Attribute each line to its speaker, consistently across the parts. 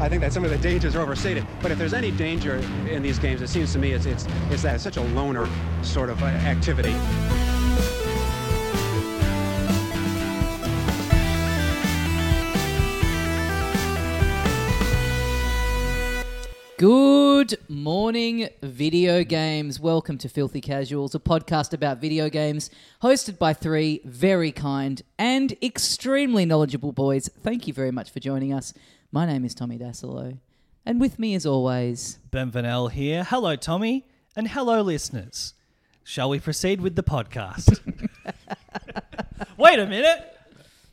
Speaker 1: I think that some of the dangers are overstated. But if there's any danger in these games, it seems to me it's it's, it's that it's such a loner sort of uh, activity.
Speaker 2: Good morning, video games. Welcome to Filthy Casuals, a podcast about video games hosted by three very kind and extremely knowledgeable boys. Thank you very much for joining us. My name is Tommy Dasilo, and with me, as always,
Speaker 3: Benvenel here. Hello, Tommy, and hello, listeners. Shall we proceed with the podcast? Wait a minute.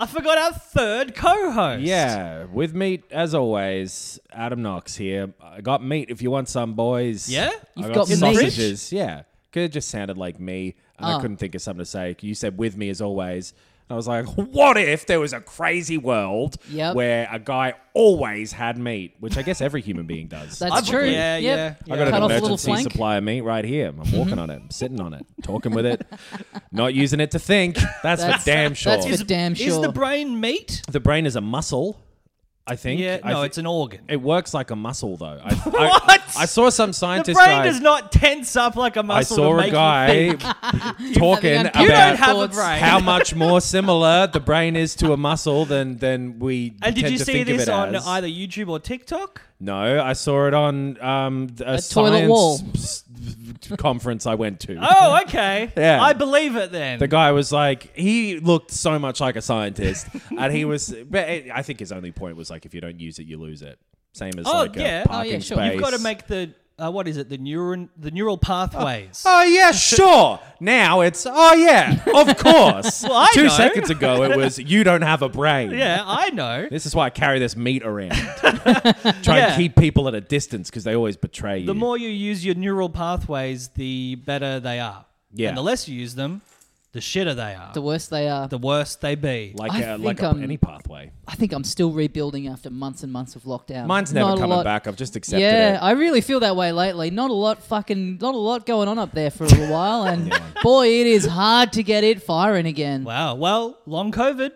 Speaker 3: I forgot our third co host.
Speaker 4: Yeah, with meat as always. Adam Knox here. I got meat if you want some, boys.
Speaker 3: Yeah?
Speaker 4: I
Speaker 2: You've
Speaker 4: got,
Speaker 2: got meat?
Speaker 4: sausages. Yeah, because it just sounded like me, and
Speaker 2: Oh.
Speaker 4: I couldn't think of something to say. You said with me as always. And I was like, what if there was a crazy world
Speaker 2: Yep.
Speaker 4: where a guy always had meat, which I guess every human being does.
Speaker 2: that's
Speaker 3: I've-
Speaker 2: true.
Speaker 3: yeah,
Speaker 2: Yep.
Speaker 3: yeah,
Speaker 4: I got
Speaker 3: yeah.
Speaker 2: Cut
Speaker 4: an
Speaker 2: off a little
Speaker 4: emergency
Speaker 2: flank. Mm-hmm.
Speaker 4: supply of meat right here. I'm walking on it, I'm sitting on it, talking with it, not using it to think. That's,
Speaker 2: That's-
Speaker 4: for damn sure.
Speaker 2: that's for damn
Speaker 3: Is
Speaker 2: sure.
Speaker 3: the brain meat?
Speaker 4: the brain is a muscle, I think.
Speaker 3: Yeah,
Speaker 4: I
Speaker 3: no,
Speaker 4: thi-
Speaker 3: it's an organ.
Speaker 4: It works like a muscle, though. I,
Speaker 3: What?
Speaker 4: I, I saw some
Speaker 3: the
Speaker 4: scientist.
Speaker 3: brain
Speaker 4: guy-
Speaker 3: does not tense up like a
Speaker 4: I
Speaker 3: muscle. to
Speaker 4: saw
Speaker 3: make
Speaker 4: a
Speaker 3: you
Speaker 4: guy
Speaker 3: think.
Speaker 4: talking
Speaker 2: Having
Speaker 4: about
Speaker 2: uncontrolled
Speaker 3: You don't have a
Speaker 2: thoughts.
Speaker 3: brain.
Speaker 4: how much more similar the brain is to a muscle than than we.
Speaker 3: And did
Speaker 4: tend
Speaker 3: you
Speaker 4: to
Speaker 3: see
Speaker 4: think of
Speaker 3: this
Speaker 4: it
Speaker 3: on
Speaker 4: as.
Speaker 3: either YouTube or TikTok?
Speaker 4: No, I saw it on um, a,
Speaker 2: A toilet
Speaker 4: science
Speaker 2: wall.
Speaker 4: s- s- conference I went to.
Speaker 3: Oh, okay.
Speaker 4: Yeah.
Speaker 3: I believe it then.
Speaker 4: The guy was like, he looked so much like a scientist, and he was. But it, I think his only point was like, if you don't use it, you lose it. Same as
Speaker 3: Oh,
Speaker 4: like
Speaker 3: yeah.
Speaker 4: a
Speaker 3: Oh,
Speaker 4: parking
Speaker 2: yeah, sure.
Speaker 4: space.
Speaker 3: You've got to make the uh, what is it? The neuron, the neural pathways.
Speaker 4: Oh yeah, sure. Now it's oh yeah, of course.
Speaker 3: Well, I
Speaker 4: Two
Speaker 3: know.
Speaker 4: seconds ago it was you don't have a brain.
Speaker 3: Yeah, I know.
Speaker 4: This is why I carry this meat around. Try
Speaker 3: Yeah.
Speaker 4: and keep people at a distance because they always betray you.
Speaker 3: The more you use your neural pathways, the better they are.
Speaker 4: Yeah.
Speaker 3: And the less you use them, the shitter they are.
Speaker 2: The
Speaker 3: The,
Speaker 2: worse they are.
Speaker 3: worse they be.
Speaker 4: like
Speaker 2: I
Speaker 4: uh, like
Speaker 2: think,
Speaker 4: a,
Speaker 2: um,
Speaker 4: any pathway.
Speaker 2: I think I'm still rebuilding after months and months of lockdown.
Speaker 4: Mine's
Speaker 2: Not
Speaker 4: never
Speaker 2: a
Speaker 4: coming
Speaker 2: lot-
Speaker 4: back. I've just accepted
Speaker 2: yeah,
Speaker 4: it.
Speaker 2: I really feel that way lately. Not a lot fucking not a lot going on up there for a little while and boy it is hard to get it firing again.
Speaker 3: wow. Well, long COVID.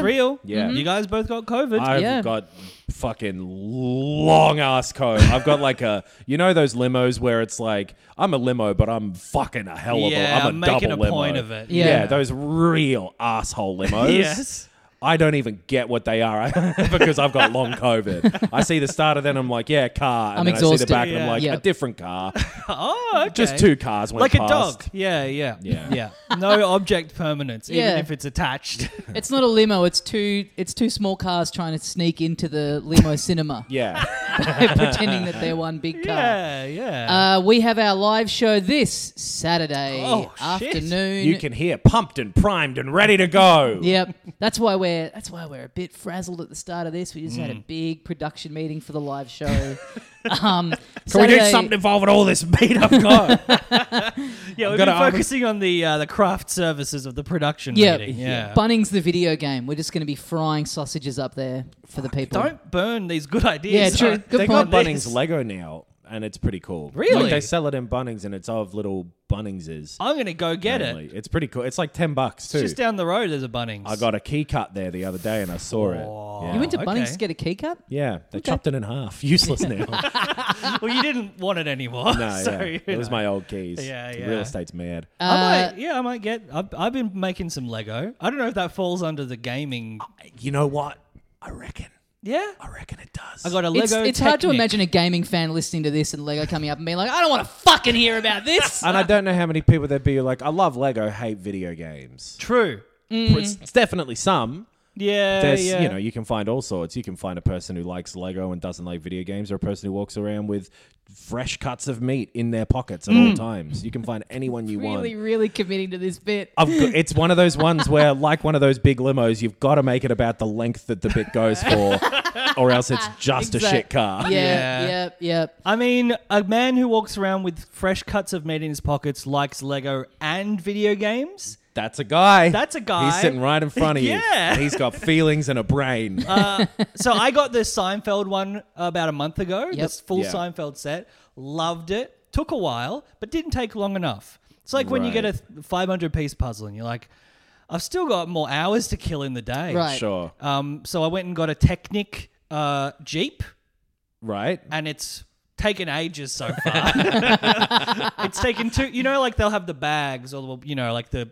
Speaker 2: Yeah.
Speaker 3: real.
Speaker 4: Yeah. Mhm.
Speaker 3: You guys both got COVID.
Speaker 4: I've
Speaker 2: Yeah.
Speaker 4: got fucking long ass coat. I've got like a you know those limos where it's like I'm a limo, but I'm fucking a hell of
Speaker 3: Yeah,
Speaker 4: a I'm a
Speaker 3: I'm making
Speaker 4: double
Speaker 3: a
Speaker 4: limo.
Speaker 3: point of it.
Speaker 2: Yeah.
Speaker 4: Yeah. those real asshole limos.
Speaker 3: Yes.
Speaker 4: I don't even get what they are because I've got long COVID. I see the starter, then I'm like, yeah, car. And
Speaker 2: I'm
Speaker 4: then I see
Speaker 2: exhausted.
Speaker 4: the back, and
Speaker 3: Yeah.
Speaker 4: I'm like,
Speaker 2: Yeah.
Speaker 4: a different car.
Speaker 3: oh, okay.
Speaker 4: Just two cars went
Speaker 3: Like
Speaker 4: past.
Speaker 3: a dog. Yeah, yeah.
Speaker 4: Yeah.
Speaker 3: Yeah. No object permanence,
Speaker 2: Yeah.
Speaker 3: even if it's attached.
Speaker 2: It's not a limo, it's two it's two small cars trying to sneak into the limo cinema.
Speaker 4: Yeah.
Speaker 2: pretending that they're one big car.
Speaker 3: yeah, yeah.
Speaker 2: Uh, we have our live show this Saturday
Speaker 3: Oh, shit.
Speaker 2: afternoon.
Speaker 4: you can hear pumped and primed and ready to go.
Speaker 2: Yep, that's why we're that's why we're a bit frazzled at the start of this. We just
Speaker 4: Mm.
Speaker 2: had a big production meeting for the live show. um,
Speaker 4: Can we do something involving all this meat I've got?
Speaker 3: yeah, we've been
Speaker 4: gonna- I'm-
Speaker 3: focusing on the uh, the craft services of the production
Speaker 2: Yeah,
Speaker 3: meeting. Yeah.
Speaker 2: Bunning's the video game. We're just going to be frying sausages up there for the people.
Speaker 3: Don't burn these good ideas.
Speaker 2: Yeah, true.
Speaker 3: Right?
Speaker 2: Good
Speaker 4: they
Speaker 2: point.
Speaker 4: got Bunnings Lego now, and it's pretty cool.
Speaker 3: Really?
Speaker 4: Like, they sell it in Bunnings, and it's of little Bunningses.
Speaker 3: I'm gonna go get it.
Speaker 4: mainly. It's pretty cool. It's like ten bucks too.
Speaker 3: It's just down the road. There's a Bunnings.
Speaker 4: I got a key cut there the other day, and I saw it. Yeah.
Speaker 2: You went to
Speaker 3: Oh, okay.
Speaker 2: Bunnings to get a key cut?
Speaker 4: yeah, they chopped it in half. Useless now.
Speaker 3: Well, you didn't want it anymore.
Speaker 4: No,
Speaker 3: so,
Speaker 4: yeah.
Speaker 3: you
Speaker 4: It was
Speaker 3: know.
Speaker 4: my old keys.
Speaker 3: Yeah,
Speaker 4: The
Speaker 3: yeah.
Speaker 4: Real estate's mad.
Speaker 2: Uh,
Speaker 3: I might, yeah, I might get. I've, I've been making some Lego. I don't know if that falls under the gaming.
Speaker 4: You know what? I reckon.
Speaker 3: Yeah,
Speaker 4: I reckon it does.
Speaker 3: I got a Lego.
Speaker 2: It's, it's hard to
Speaker 3: Technic.
Speaker 2: imagine a gaming fan listening to this and Lego coming up and being like, I don't want to fucking hear about this.
Speaker 4: and I don't know how many people there'd be who are like, I love Lego, hate video games.
Speaker 3: True.
Speaker 4: It's, it's definitely some,
Speaker 3: Yeah,
Speaker 4: There's,
Speaker 3: yeah.
Speaker 4: you know, you can find all sorts. You can find a person who likes Lego and doesn't like video games, or a person who walks around with fresh cuts of meat in their pockets at
Speaker 3: Mm.
Speaker 4: all times. You can find anyone you want.
Speaker 2: Really, really committing to this bit.
Speaker 4: I've got, it's one of those ones where, like one of those big limos, you've got to make it about the length that the bit goes for, or else it's just a
Speaker 2: Exact-
Speaker 4: shit car.
Speaker 2: Yeah,
Speaker 3: Yeah.
Speaker 2: yep, yep.
Speaker 3: I mean, a man who walks around with fresh cuts of meat in his pockets likes Lego and video games.
Speaker 4: That's a guy.
Speaker 3: That's a guy.
Speaker 4: He's sitting right in front of you.
Speaker 3: Yeah.
Speaker 4: He's got feelings and a brain.
Speaker 3: so I got the Seinfeld one about a month ago. This full
Speaker 4: Yeah.
Speaker 3: Seinfeld set. Loved it. Took a while, but didn't take long enough. It's like when you get a
Speaker 4: Right.
Speaker 3: 500 piece puzzle and you're like, I've still got more hours to kill in the day.
Speaker 2: Right.
Speaker 4: sure.
Speaker 3: Um, so I went and got a Technic uh, Jeep,
Speaker 4: Right?
Speaker 3: and it's taken ages so far. it's taken two. You know, like they'll have the bags, or you know, like the.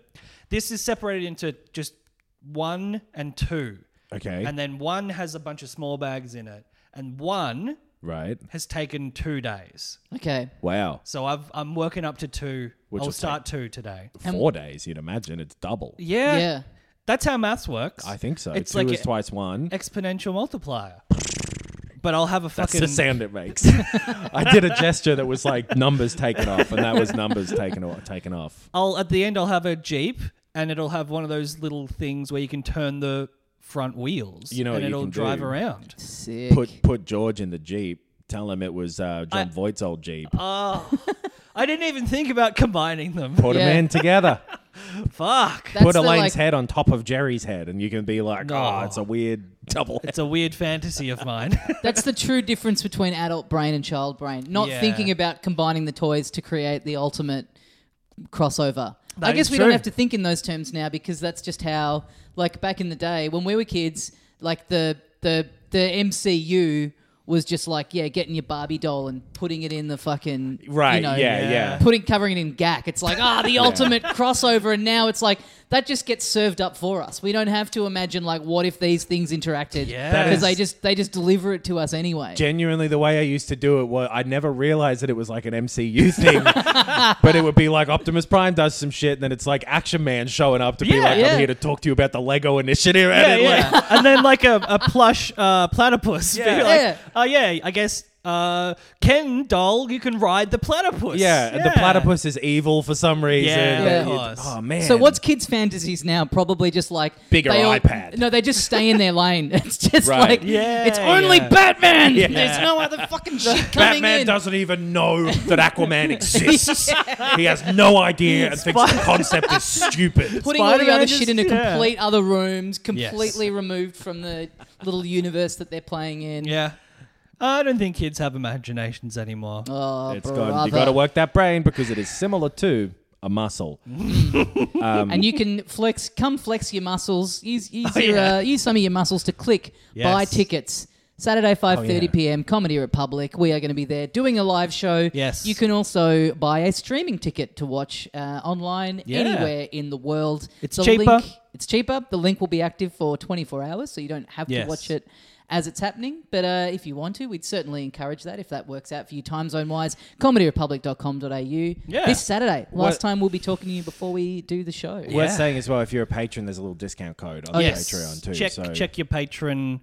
Speaker 3: This is separated into just one and two.
Speaker 4: Okay.
Speaker 3: And then one has a bunch of small bags in it, and one
Speaker 4: right.
Speaker 3: has taken two days.
Speaker 2: Okay.
Speaker 4: Wow.
Speaker 3: So I've I'm working up to two.
Speaker 4: Which will
Speaker 3: I'll start two today.
Speaker 4: Four days, you'd imagine. It's double.
Speaker 3: Yeah,
Speaker 2: Yeah.
Speaker 3: that's how maths works.
Speaker 4: I think so.
Speaker 3: It's
Speaker 4: Two
Speaker 3: like
Speaker 4: is
Speaker 3: a-
Speaker 4: twice one.
Speaker 3: exponential multiplier. But I'll have a
Speaker 4: That's
Speaker 3: fucking
Speaker 4: the sound it makes. I did a gesture that was like numbers taken off, and that was numbers taken off. Taken off.
Speaker 3: I'll at the end I'll have a jeep, and it'll have one of those little things where you can turn the front wheels.
Speaker 4: You know
Speaker 3: and
Speaker 4: what you
Speaker 3: it'll
Speaker 4: can
Speaker 3: drive
Speaker 4: do.
Speaker 3: around.
Speaker 2: Sick.
Speaker 4: Put put George in the jeep. Tell him it was uh, John Voight's old jeep.
Speaker 3: I didn't even think about combining them.
Speaker 4: put
Speaker 2: Yeah.
Speaker 4: them in together.
Speaker 3: Fuck.
Speaker 2: That's
Speaker 4: put
Speaker 2: the,
Speaker 4: Elaine's
Speaker 2: like-
Speaker 4: head on top of Jerry's head, and you can be like,
Speaker 3: No.
Speaker 4: "Oh, it's a weird double."
Speaker 3: It's a weird fantasy of mine.
Speaker 2: That's the true difference between adult brain and child brain. Not
Speaker 3: Yeah.
Speaker 2: thinking about combining the toys to create the ultimate crossover. I
Speaker 3: That
Speaker 2: guess
Speaker 3: is
Speaker 2: we don't
Speaker 3: true.
Speaker 2: have to think in those terms now because that's just how like back in the day when we were kids, like the the the MCU was just like, yeah, getting your Barbie doll and putting it in the fucking
Speaker 4: Right?
Speaker 2: you know,
Speaker 4: yeah, yeah.
Speaker 2: Putting covering it in gack. It's like, ah, the ultimate crossover and now it's like that just gets served up for us. We don't have to imagine like what if these things interacted.
Speaker 3: Yes. That
Speaker 2: Because
Speaker 3: is-
Speaker 2: they just they just deliver it to us anyway.
Speaker 4: Genuinely, the way I used to do it was I never realized that it was like an MCU thing, but it would be like Optimus Prime does some shit, and then it's like Action Man showing up to be
Speaker 3: Yeah,
Speaker 4: like,
Speaker 2: yeah.
Speaker 4: "I'm here to talk to you about the Lego Initiative." And it, like,
Speaker 3: and then like a, a plush uh, platypus. Yeah.
Speaker 2: Yeah.
Speaker 3: Oh yeah, I guess uh, Ken doll, you can ride the platypus.
Speaker 4: Yeah, the platypus is evil for some reason.
Speaker 3: Yeah,
Speaker 4: That
Speaker 2: of
Speaker 4: you-
Speaker 3: course.
Speaker 4: Oh man.
Speaker 2: So what's kids' fantasies now? Probably just like
Speaker 4: Bigger
Speaker 2: they all-
Speaker 4: iPad.
Speaker 2: No, they just stay in their lane. It's just
Speaker 4: Right.
Speaker 2: like
Speaker 3: Yeah,
Speaker 2: it's only
Speaker 3: yeah.
Speaker 2: Batman. There's no other fucking shit coming
Speaker 4: Batman
Speaker 2: in.
Speaker 4: doesn't even know that Aquaman exists. He has no idea and thinks the concept is stupid.
Speaker 2: Putting all the
Speaker 3: Spider-Man
Speaker 2: other
Speaker 3: just-
Speaker 2: shit in a
Speaker 3: yeah.
Speaker 2: complete other rooms, completely removed from the little universe that they're playing in.
Speaker 3: Yeah. I don't think kids have imaginations anymore.
Speaker 2: Oh,
Speaker 4: It's gone.
Speaker 2: brother.
Speaker 4: You got to work that brain because it is similar to a muscle.
Speaker 3: Um,
Speaker 2: and you can flex. Come flex your muscles. Use use, your, uh, use some of your muscles to click. Buy
Speaker 3: Oh, Yes. Oh,
Speaker 2: tickets. Saturday, five thirty
Speaker 4: yeah.
Speaker 2: p.m. Comedy Republic. We are going to be there doing a live show.
Speaker 3: Yes.
Speaker 2: You can also buy a streaming ticket to watch uh, online
Speaker 3: Yeah.
Speaker 2: anywhere in the world.
Speaker 3: It's
Speaker 2: The
Speaker 3: cheaper.
Speaker 2: link- it's cheaper. The link will be active for twenty four hours, so you don't have to
Speaker 3: Yes.
Speaker 2: watch it. As it's happening, but uh, if you want to, we'd certainly encourage that if that works out for you time zone wise. ComedyRepublic.com.au. Yeah. This Saturday. Last
Speaker 4: What-
Speaker 2: time we'll be talking to you before we do the show.
Speaker 4: Worth saying as well, if you're a patron, there's a little discount code on
Speaker 2: Oh, yes.
Speaker 4: the Patreon too.
Speaker 3: check
Speaker 4: so-
Speaker 3: check your patron.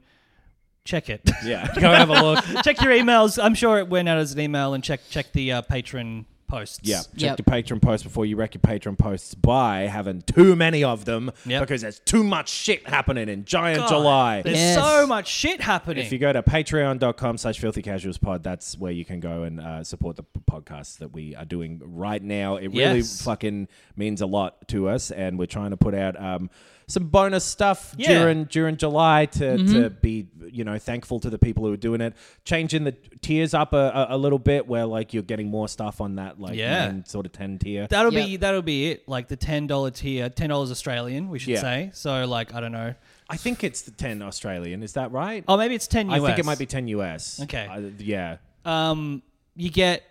Speaker 3: Check it.
Speaker 4: Yeah, go have a look.
Speaker 3: check your emails. I'm sure it went out as an email and check check the uh, patron posts.
Speaker 4: Yeah, check
Speaker 2: Yep.
Speaker 4: your patron post before you wreck your patron posts by having too many of them
Speaker 3: Yep.
Speaker 4: because there's too much shit happening in Giant
Speaker 3: God,
Speaker 4: July.
Speaker 3: There's
Speaker 2: Yes.
Speaker 3: so much shit happening.
Speaker 4: If you go to patreon.com slash filthy casuals pod, that's where you can go and uh, support the p- podcast that we are doing right now. It really
Speaker 3: Yes.
Speaker 4: fucking means a lot to us, and we're trying to put out um, some bonus stuff
Speaker 3: Yeah. Mm-hmm.
Speaker 4: during during July to, to be you know thankful to the people who are doing it. Changing the tiers up a, a, a little bit, where like you're getting more stuff on that like
Speaker 3: Yeah.
Speaker 4: main sort of ten tier.
Speaker 3: that'll be
Speaker 2: Yep.
Speaker 3: that'll be it. Like the ten dollar tier, ten dollars Australian, we should
Speaker 4: Yeah.
Speaker 3: say. So like I don't know.
Speaker 4: I think it's the ten Australian. Is that right?
Speaker 3: Oh, maybe it's ten.
Speaker 4: I
Speaker 3: US.
Speaker 4: think it might be ten US.
Speaker 3: Okay.
Speaker 4: Uh, yeah.
Speaker 3: um, you get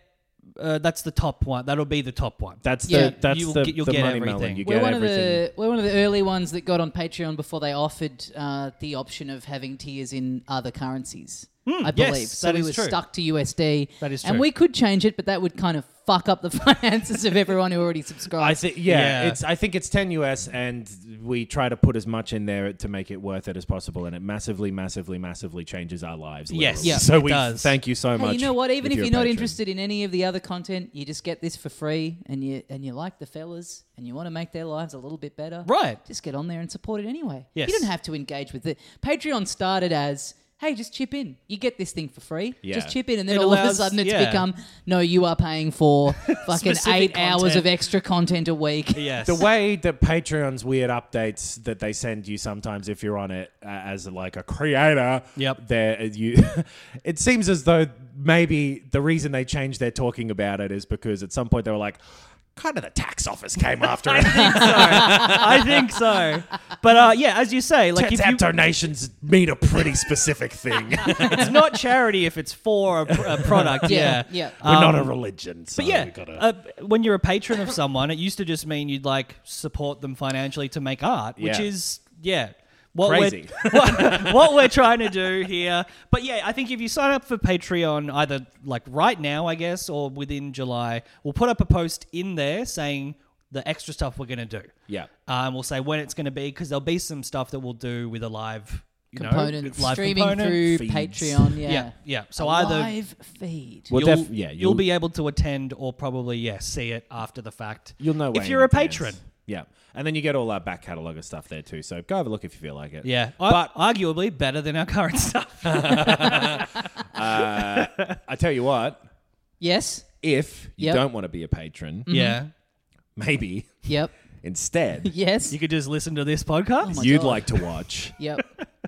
Speaker 3: uh, that's the top one. That'll be the top one.
Speaker 4: That's the
Speaker 2: Yeah.
Speaker 4: that's
Speaker 3: You'll
Speaker 4: the,
Speaker 3: get- you'll
Speaker 4: the
Speaker 3: get
Speaker 4: money
Speaker 3: everything.
Speaker 4: melon. You
Speaker 2: We're
Speaker 4: get
Speaker 2: one
Speaker 4: everything.
Speaker 2: of the we're one of the early ones that got on Patreon before they offered uh, the option of having tiers in other currencies. I
Speaker 3: Hmm, yes,
Speaker 2: believe. so
Speaker 3: that
Speaker 2: we
Speaker 3: is
Speaker 2: were
Speaker 3: true.
Speaker 2: stuck to USD.
Speaker 3: That is
Speaker 2: And
Speaker 3: true.
Speaker 2: we could change it, but that would kind of fuck up the finances of everyone who already subscribes.
Speaker 4: I think yeah,
Speaker 3: Yeah.
Speaker 4: it's I think it's 10 US and we try to put as much in there to make it worth it as possible and it massively massively massively changes our lives.
Speaker 3: Yes.
Speaker 4: literally.
Speaker 3: Yeah,
Speaker 4: so
Speaker 3: it
Speaker 4: we
Speaker 3: does.
Speaker 4: thank you so
Speaker 2: Hey,
Speaker 4: much.
Speaker 2: you know what? Even if,
Speaker 4: a
Speaker 2: you're, not
Speaker 4: patron.
Speaker 2: interested in any of the other content, you just get this for free, and you and you like the fellas, and you want to make their lives a little bit better,
Speaker 3: Right.
Speaker 2: Just get on there and support it anyway.
Speaker 3: Yes.
Speaker 2: you don't have to engage with it. Patreon started as. Hey, just chip in. You get this thing for free.
Speaker 4: Yeah.
Speaker 2: Just chip in, and then
Speaker 3: It
Speaker 2: all of a
Speaker 3: allows-
Speaker 2: sudden it's
Speaker 3: yeah.
Speaker 2: become no. You are paying for fucking eight
Speaker 3: Specific
Speaker 2: hours
Speaker 3: content.
Speaker 2: of extra content a week.
Speaker 3: Yes.
Speaker 4: the way that Patreon's weird updates that they send you sometimes if you're on it uh, as like a creator,
Speaker 3: Yep.
Speaker 4: there you it seems as though maybe the reason they changed their talking about it is because at some point they were like kind of the tax office came after it.
Speaker 3: I think so. But uh, yeah, as you say, like
Speaker 4: Turns
Speaker 3: if you,
Speaker 4: out donations mean a pretty specific thing. We're
Speaker 3: it's not charity if it's for a, pr- a product.
Speaker 2: Yeah,
Speaker 3: yeah. Uh,
Speaker 2: yeah.
Speaker 4: not a religion, so
Speaker 3: But yeah,
Speaker 4: we gotta.
Speaker 3: uh, when you're a patron of someone, it used to just mean you'd like support them financially to make art, which
Speaker 4: Yeah.
Speaker 3: is yeah. What
Speaker 4: Crazy.
Speaker 3: We're, what, what we're trying to do here. But yeah, I think if you sign up for Patreon either like right now, I guess, or within July, we'll put up a post in there saying the extra stuff we're going to do.
Speaker 4: Yeah.
Speaker 3: Uh, and we'll say when it's going to be because there'll be some stuff that we'll do with a live you know,
Speaker 2: Components
Speaker 3: live
Speaker 2: streaming
Speaker 3: component.
Speaker 2: through
Speaker 4: feeds.
Speaker 2: Patreon. Yeah,
Speaker 3: Yeah, yeah. So
Speaker 2: a
Speaker 3: either-
Speaker 2: live feed.
Speaker 4: Well,
Speaker 3: you'll,
Speaker 4: def- yeah,
Speaker 3: you'll,
Speaker 4: you'll-
Speaker 3: be able to attend or probably yeah see it after the fact.
Speaker 4: You'll know
Speaker 3: if
Speaker 4: when
Speaker 3: you're a
Speaker 4: it is.
Speaker 3: patron.
Speaker 4: Yeah, and then you get all our back catalogue of stuff there too. So go have a look if you feel like it.
Speaker 3: Yeah,
Speaker 4: but
Speaker 3: but arguably better than our current stuff.
Speaker 4: I tell you what,
Speaker 2: Yes.
Speaker 4: if you
Speaker 2: Yep.
Speaker 4: don't want to be a patron,
Speaker 2: Mm-hmm.
Speaker 3: yeah,
Speaker 4: maybe
Speaker 2: Yep.
Speaker 4: instead
Speaker 2: Yes.
Speaker 3: you could just listen to this podcast.
Speaker 4: you'd
Speaker 2: God.
Speaker 4: like to watch
Speaker 2: yep.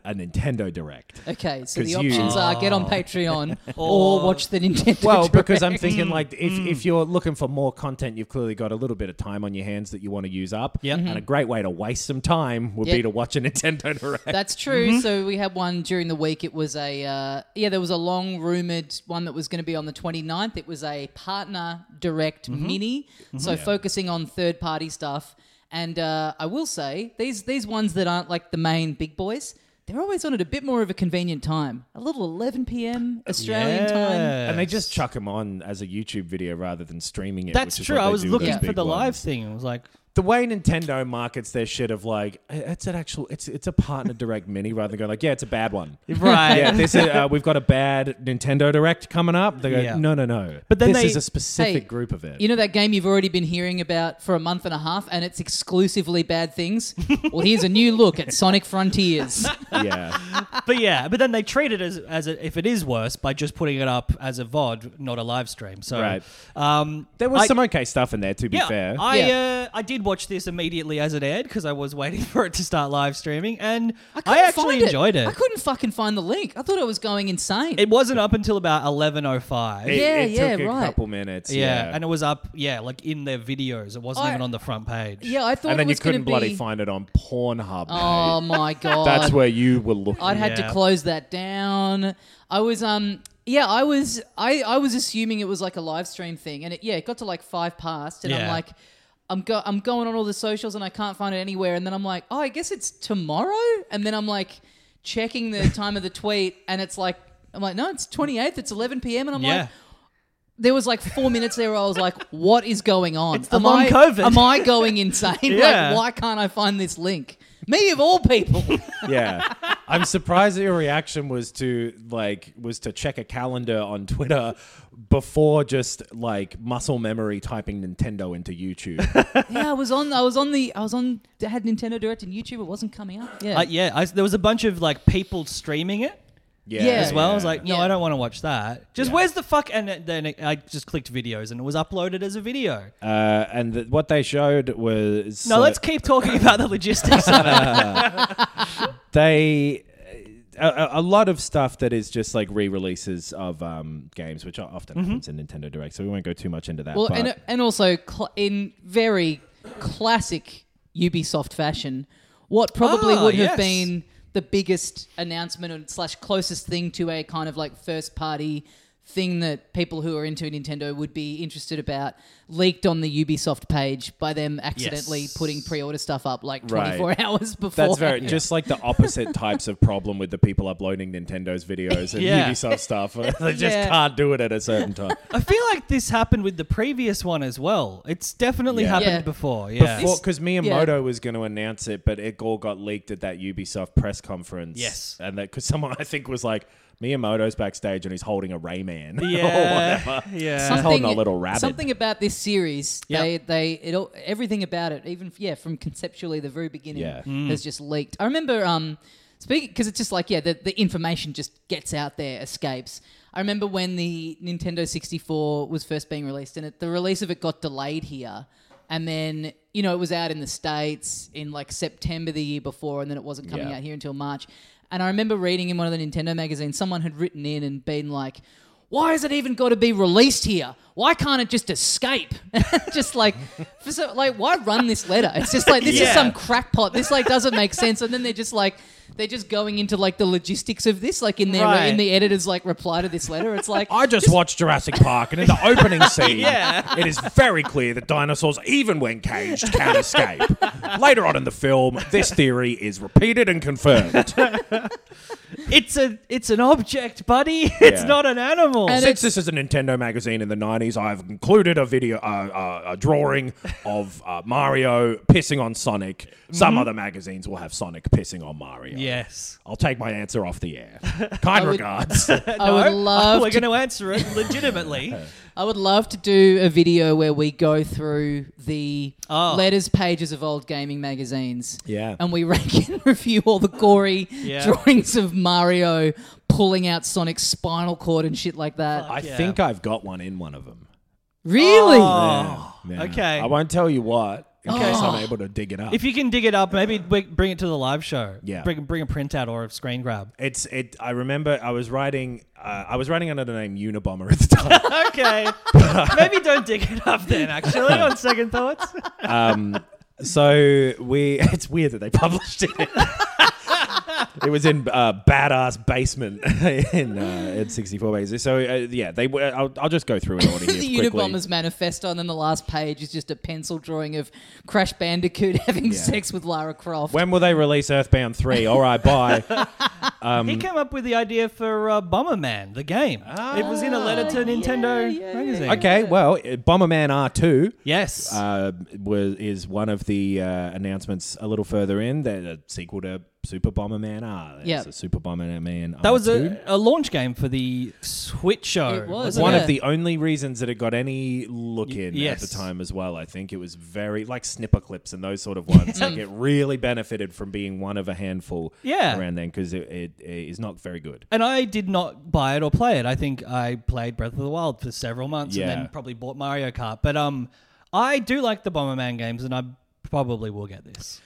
Speaker 4: a Nintendo Direct.
Speaker 2: Okay, so
Speaker 4: 'Cause
Speaker 2: the
Speaker 4: you-
Speaker 2: options are get on Patreon or watch the Nintendo.
Speaker 4: Well,
Speaker 2: Direct.
Speaker 4: because I'm thinking like if, if you're looking for more content, you've clearly got a little bit of time on your hands that you want to use up.
Speaker 3: Yep.
Speaker 4: And a great way to waste some time would
Speaker 2: Yeah.
Speaker 4: be to watch a Nintendo Direct.
Speaker 2: that's true. So we had one during the week. It was a uh, yeah, there was a long rumored one that was going to be on the 29th. It was a partner direct mini, so focusing on third party stuff. And uh, I will say these these ones that aren't like the main big boys, they're always on at a bit more of a convenient time, a little 11 p.m. Australian time.
Speaker 4: And they just chuck them on as a YouTube video rather than streaming it.
Speaker 3: That's
Speaker 4: which is
Speaker 3: true.
Speaker 4: what
Speaker 3: I
Speaker 4: they
Speaker 3: was
Speaker 4: do with
Speaker 3: looking
Speaker 4: those
Speaker 3: for
Speaker 4: big
Speaker 3: the live
Speaker 4: ones.
Speaker 3: thing. I was like,
Speaker 4: The way Nintendo markets their shit of like it's an actual it's it's a partner direct mini rather than going like yeah it's a bad one.
Speaker 3: right.
Speaker 4: Yeah, this is, uh, we've got a bad Nintendo Direct coming up. They go,
Speaker 3: Yeah.
Speaker 4: no, no, no.
Speaker 3: But then
Speaker 4: this
Speaker 3: they-
Speaker 4: is a specific
Speaker 2: Hey,
Speaker 4: group of it.
Speaker 2: You know that game you've already been hearing about for a month and a half and it's exclusively bad things? well, here's a new look at Sonic Frontiers.
Speaker 4: yeah,
Speaker 3: but yeah, but then they treat it as as a, if it is worse by just putting it up as a VOD, not a live stream. So
Speaker 4: Right.
Speaker 3: um,
Speaker 4: there was
Speaker 3: I-
Speaker 4: some okay stuff in there. To be
Speaker 3: yeah,
Speaker 4: fair,
Speaker 3: I
Speaker 2: Yeah.
Speaker 3: Uh, I did watch this immediately as it aired because I was waiting for it to start live streaming, and I,
Speaker 2: couldn't
Speaker 3: actually
Speaker 2: find
Speaker 3: enjoyed it.
Speaker 2: I couldn't fucking find the link. I thought I was going insane.
Speaker 3: It wasn't up until about eleven oh five.
Speaker 4: it,
Speaker 2: Yeah,
Speaker 4: it
Speaker 2: yeah,
Speaker 4: took a
Speaker 2: right.
Speaker 4: couple minutes.
Speaker 3: Yeah,
Speaker 4: Yeah,
Speaker 3: and it was up. Yeah, like in their videos. It wasn't
Speaker 2: I-
Speaker 3: even on the front page.
Speaker 2: Oh, yeah, I thought
Speaker 4: And then
Speaker 2: it
Speaker 4: you
Speaker 2: was going to
Speaker 4: couldn't
Speaker 2: be.
Speaker 4: bloody find it on Pornhub.
Speaker 2: Oh
Speaker 4: mate.
Speaker 2: my god.
Speaker 4: That's where you were looking.
Speaker 2: I'd had to
Speaker 3: Yeah.
Speaker 2: close that down. I was um yeah, I was I I was assuming it was like a live stream thing and it yeah, it got to like 5 past and I'm
Speaker 3: Yeah.
Speaker 2: like I'm go I'm going on all the socials and I can't find it anywhere and then I'm like, "Oh, I guess it's tomorrow?" And then I'm like checking the time of the tweet and it's like I'm like, "No, it's 28th, it's 11 p.m." and I'm
Speaker 3: yeah.
Speaker 2: like there was like four minutes there where I was like, what is going on?
Speaker 3: It's the long
Speaker 2: I,
Speaker 3: COVID.
Speaker 2: Am I going insane?
Speaker 3: Yeah.
Speaker 2: Like, why can't I find this link? Me of all people.
Speaker 4: yeah. I'm surprised that your reaction was to like was to check a calendar on Twitter before just like muscle memory typing Nintendo into YouTube.
Speaker 2: yeah, I was on I was on the I was on I had Nintendo Direct and YouTube, it wasn't coming up. Yeah.
Speaker 3: Uh, yeah, I, there was a bunch of like people streaming it
Speaker 4: Yeah,
Speaker 2: Yeah.
Speaker 3: as well. I was
Speaker 4: yeah.
Speaker 3: like, no,
Speaker 2: Yeah.
Speaker 3: I don't want to watch that. Just
Speaker 4: Yeah.
Speaker 3: where's the fuck? And then I just clicked videos, and it was uploaded as a video.
Speaker 4: Uh, and th- what they showed was
Speaker 3: no,
Speaker 4: uh,
Speaker 3: let's keep talking about the logistics of it.
Speaker 4: they a, a- a lot of stuff that is just like re-releases of um, games, which are often
Speaker 3: Mm-hmm.
Speaker 4: happens in Nintendo Direct. So we won't go too much into that.
Speaker 2: Well,
Speaker 4: but
Speaker 2: and, and also cl- in very classic Ubisoft fashion, what probably
Speaker 3: Ah,
Speaker 2: would have
Speaker 3: yes.
Speaker 2: been the biggest announcement and slash closest thing to a kind of like first party thing that people who are into Nintendo would be interested about leaked on the Ubisoft page by them accidentally
Speaker 3: Yes.
Speaker 2: putting pre-order stuff up like
Speaker 4: Right.
Speaker 2: 24 hours before.
Speaker 4: That's very just like the opposite types of problem with the people uploading Nintendo's videos and
Speaker 3: Yeah.
Speaker 4: Ubisoft stuff. they just
Speaker 2: Yeah.
Speaker 4: can't do it at a certain time.
Speaker 3: I feel like this happened with the previous one as well. It's definitely
Speaker 4: Yeah.
Speaker 3: happened
Speaker 2: Yeah.
Speaker 3: before. Yeah.
Speaker 4: Before, because Miyamoto
Speaker 2: yeah.
Speaker 4: was going to announce it, but it all got leaked at that Ubisoft press conference.
Speaker 3: Yes.
Speaker 4: and that because someone I think was like Miyamoto's backstage and he's holding a Rayman. or
Speaker 3: yeah.
Speaker 4: whatever.
Speaker 3: yeah.
Speaker 4: Some- holding a little rabbit.
Speaker 2: Something about this series,
Speaker 3: Yep.
Speaker 2: they they it all, everything about it, even yeah, from conceptually the very beginning,
Speaker 4: Yeah.
Speaker 2: has just leaked. I remember um speaking because it's just like yeah, the, the information just gets out there, escapes. I remember when the Nintendo 64 was first being released, and it, the release of it got delayed here, and then you know it was out in the states in like September the year before, and then it wasn't coming
Speaker 4: Yeah.
Speaker 2: out here until March. And I remember reading in one of the Nintendo magazines, someone had written in and been like, why has it even got to be released here? Why can't it just escape? just like, for so, like, why run this letter? It's just like this is
Speaker 3: Yeah.
Speaker 2: some crackpot. This like doesn't make sense. And then they're just like, they're just going into like the logistics of this, like in their
Speaker 3: Right.
Speaker 2: in the editor's like reply to this letter. It's like,
Speaker 4: I just watched Jurassic Park, and in the opening scene, it is very clear that dinosaurs, even when caged, can escape. Later on in the film, this theory is repeated and confirmed.
Speaker 3: It's a it's an object, buddy. It's
Speaker 4: Yeah.
Speaker 3: not an animal.
Speaker 2: And
Speaker 4: Since
Speaker 2: it's-
Speaker 4: this is a Nintendo magazine in the 90s, I've included a video, uh, uh, a drawing of uh, Mario pissing on Sonic. Some other magazines will have Sonic pissing on Mario.
Speaker 3: yes.
Speaker 4: I'll take my answer off the air. Kind
Speaker 2: would-
Speaker 4: regards.
Speaker 2: I would
Speaker 3: No,
Speaker 2: love
Speaker 3: Oh, We're
Speaker 2: to
Speaker 3: going to answer it legitimately.
Speaker 2: I would love to do a video where we go through the
Speaker 3: Oh.
Speaker 2: letters pages of old gaming magazines.
Speaker 4: Yeah.
Speaker 2: And we rank and review all the gory drawings of Mario pulling out Sonic's spinal cord and shit like that.
Speaker 4: I think I've got one in one of them.
Speaker 2: Really?
Speaker 4: Oh. Yeah.
Speaker 3: okay.
Speaker 4: I won't tell you what in case I'm able to dig it up.
Speaker 3: If you can dig it up, maybe we- bring it to the live show.
Speaker 4: Yeah.
Speaker 3: Bring bring a printout or a screen grab.
Speaker 4: it's it. I remember I was writing. Uh, I was writing under the name Unabomber at the time.
Speaker 3: Okay. maybe don't dig it up then. Actually, on second thoughts.
Speaker 4: So we it's weird that they published it. it was in uh, badass basement in uh, at 64 basically. So uh, yeah, they were I'll, I'll just go through it order here
Speaker 2: the
Speaker 4: quickly.
Speaker 2: Unabomber's manifesto, and then the last page is just a pencil drawing of Crash Bandicoot having sex with Lara Croft.
Speaker 4: when will they release Earthbound 3? All right, bye. Um,
Speaker 3: he came up with the idea for uh, Bomberman, the game. it was in a
Speaker 2: Ah,
Speaker 3: letter to Nintendo magazine.
Speaker 4: okay, well, uh, Bomberman R2
Speaker 3: Yes.
Speaker 4: uh, was is one of the uh, announcements a little further in. They're a sequel to Super Bomberman R. It's
Speaker 2: Yeah.
Speaker 4: a Super Bomberman.
Speaker 3: that was
Speaker 4: R2.
Speaker 3: a, a launch game for the Switch show.
Speaker 2: It was,
Speaker 3: wasn't
Speaker 4: one
Speaker 2: Yeah.
Speaker 4: of the only reasons that it got any look in
Speaker 3: yes.
Speaker 4: at the time as well. I think it was very like snipper clips and those sort of ones. like it really benefited from being one of a handful
Speaker 3: Yeah.
Speaker 4: around then because it, it, it is not very good.
Speaker 3: And I did not buy it or play it. I think I played Breath of the Wild for several months and
Speaker 4: Yeah.
Speaker 3: then probably bought Mario Kart. But um, I do like the Bomberman games, and I probably will get this.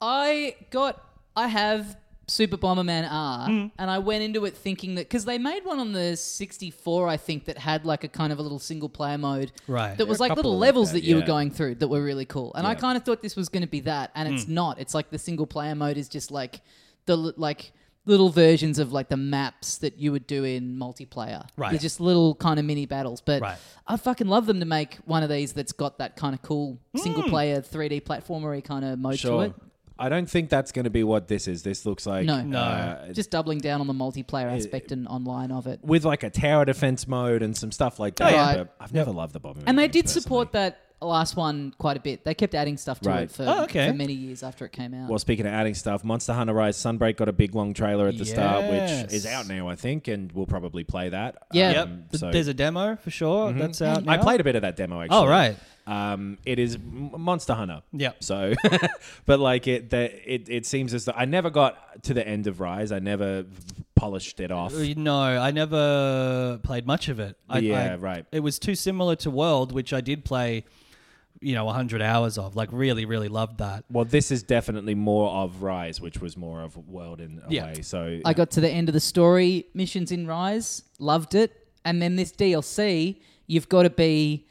Speaker 2: I got, I have Super Bomberman R,
Speaker 4: Hmm.
Speaker 2: and I went into it thinking that because they made one on the 64, I think, that had like a kind of a little single player mode,
Speaker 3: Right.
Speaker 2: That was
Speaker 4: There are a
Speaker 2: like little
Speaker 4: couple like
Speaker 2: levels
Speaker 4: that,
Speaker 2: that, you
Speaker 4: yeah.
Speaker 2: were going through that were really cool, and I kind of thought this was going to be that, and
Speaker 4: Hmm.
Speaker 2: it's not. It's like the single player mode is just like the l- like little versions of like the maps that you would do in multiplayer.
Speaker 3: Right.
Speaker 2: They're just little kind of mini battles, but
Speaker 3: Right.
Speaker 2: I fucking love them to make one of these that's got that kind of cool single
Speaker 4: Hmm.
Speaker 2: player 3D platformery kind of mode to it.
Speaker 4: I don't think that's going to be what this is. This looks like
Speaker 2: No.
Speaker 3: No.
Speaker 4: uh,
Speaker 2: just doubling down on the multiplayer aspect and online of it.
Speaker 4: with like a tower defense mode and some stuff like that.
Speaker 2: Oh, yeah.
Speaker 4: but I've never loved the Bomberman.
Speaker 2: And they
Speaker 4: games
Speaker 2: did
Speaker 4: personally.
Speaker 2: support that last one quite a bit. They kept adding stuff to
Speaker 4: Right.
Speaker 2: it for,
Speaker 3: Oh, okay.
Speaker 2: for many years after it came out.
Speaker 4: Well, speaking of adding stuff, Monster Hunter Rise Sunbreak got a big long trailer at the start, which is
Speaker 3: Yes.
Speaker 4: out now, I think, and we'll probably play that.
Speaker 2: Yeah.
Speaker 3: Yep.
Speaker 4: Um,
Speaker 3: Th-
Speaker 4: so- Mm-hmm.
Speaker 3: There's a demo for sure. That's out.
Speaker 4: I
Speaker 3: now.
Speaker 4: played a bit of that demo actually.
Speaker 3: Oh, right.
Speaker 4: Um, it is M- Monster Hunter.
Speaker 3: Yep.
Speaker 4: So, but like it, that it, it seems as though I never got to the end of Rise. I never polished it off.
Speaker 3: Uh, No, I never played much of it. I,
Speaker 4: Yeah,
Speaker 3: I-
Speaker 4: right.
Speaker 3: It was too similar to World, which I did play, you know, 100 hours of. Like, really, really loved that.
Speaker 4: Well, this is definitely more of Rise, which was more of World in a
Speaker 3: Yeah.
Speaker 4: way. So
Speaker 2: I got to the end of the story missions in Rise, loved it, and then this DLC, you've got to be,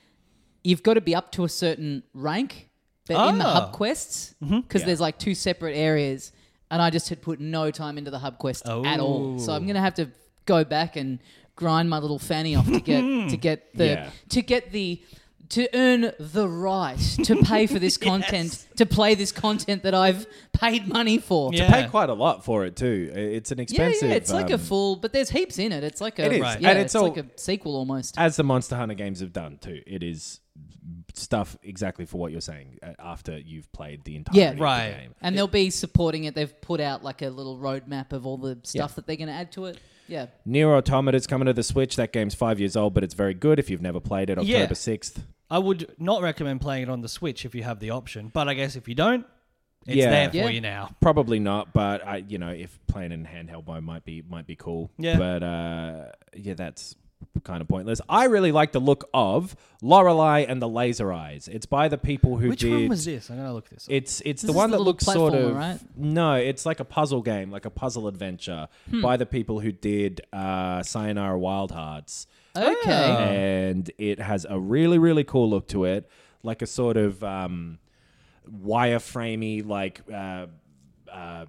Speaker 2: you've got to be up to a certain rank, but in the
Speaker 3: Ah.
Speaker 2: hub quests because there's like
Speaker 3: Oh.
Speaker 2: two separate areas, and I just had put no time into the hub quest at all, so I'm gonna have to go back and grind my little fanny off to get to get the
Speaker 4: Yeah.
Speaker 2: to get the to earn the right to pay for this content to play this content that I've paid money for.
Speaker 3: Yeah.
Speaker 4: Pay quite a lot for it too. I- It's an
Speaker 2: Yeah,
Speaker 4: expensive.
Speaker 2: yeah, it's like a
Speaker 4: um,
Speaker 2: full, but there's heaps in it. It's like a,
Speaker 4: It is,
Speaker 2: yeah,
Speaker 4: Right. and
Speaker 2: it's,
Speaker 4: it's all-
Speaker 2: like a sequel almost.
Speaker 4: as the Monster Hunter games have done too. It is stuff exactly for what you're saying uh, after you've played the entire
Speaker 2: Yeah.
Speaker 3: Right.
Speaker 4: game.
Speaker 2: and they'll be supporting it. They've put out like a little roadmap of all the stuff that they're going to add to it. Yeah,
Speaker 4: Near Automata's coming to the Switch. That game's five years old, but it's very good. If you've never played it,
Speaker 3: Yeah.
Speaker 4: October sixth.
Speaker 3: I would not recommend playing it on the Switch if you have the option, but I guess if you don't, it's
Speaker 4: Yeah.
Speaker 3: there for
Speaker 2: Yeah.
Speaker 3: you now.
Speaker 4: Probably not, but I, you know, if playing in handheld mode might be might be cool.
Speaker 3: Yeah.
Speaker 4: But uh, yeah, that's kind of pointless. I really like the look of Lorelei and the Laser Eyes. It's by the people who
Speaker 3: Which
Speaker 4: did.
Speaker 3: one was this? I'm gonna look this. Up.
Speaker 4: It's it's
Speaker 2: This
Speaker 4: the
Speaker 2: is
Speaker 4: one
Speaker 2: the
Speaker 4: that
Speaker 2: little
Speaker 4: looks sort
Speaker 2: platformer,
Speaker 4: of
Speaker 2: right?
Speaker 4: no. It's like a puzzle game, like a puzzle adventure
Speaker 2: Hmm.
Speaker 4: by the people who did uh, Sayonara Wild Hearts,
Speaker 2: okay.
Speaker 4: and it has a really really cool look to it, like a sort of um, wireframey, like uh, uh,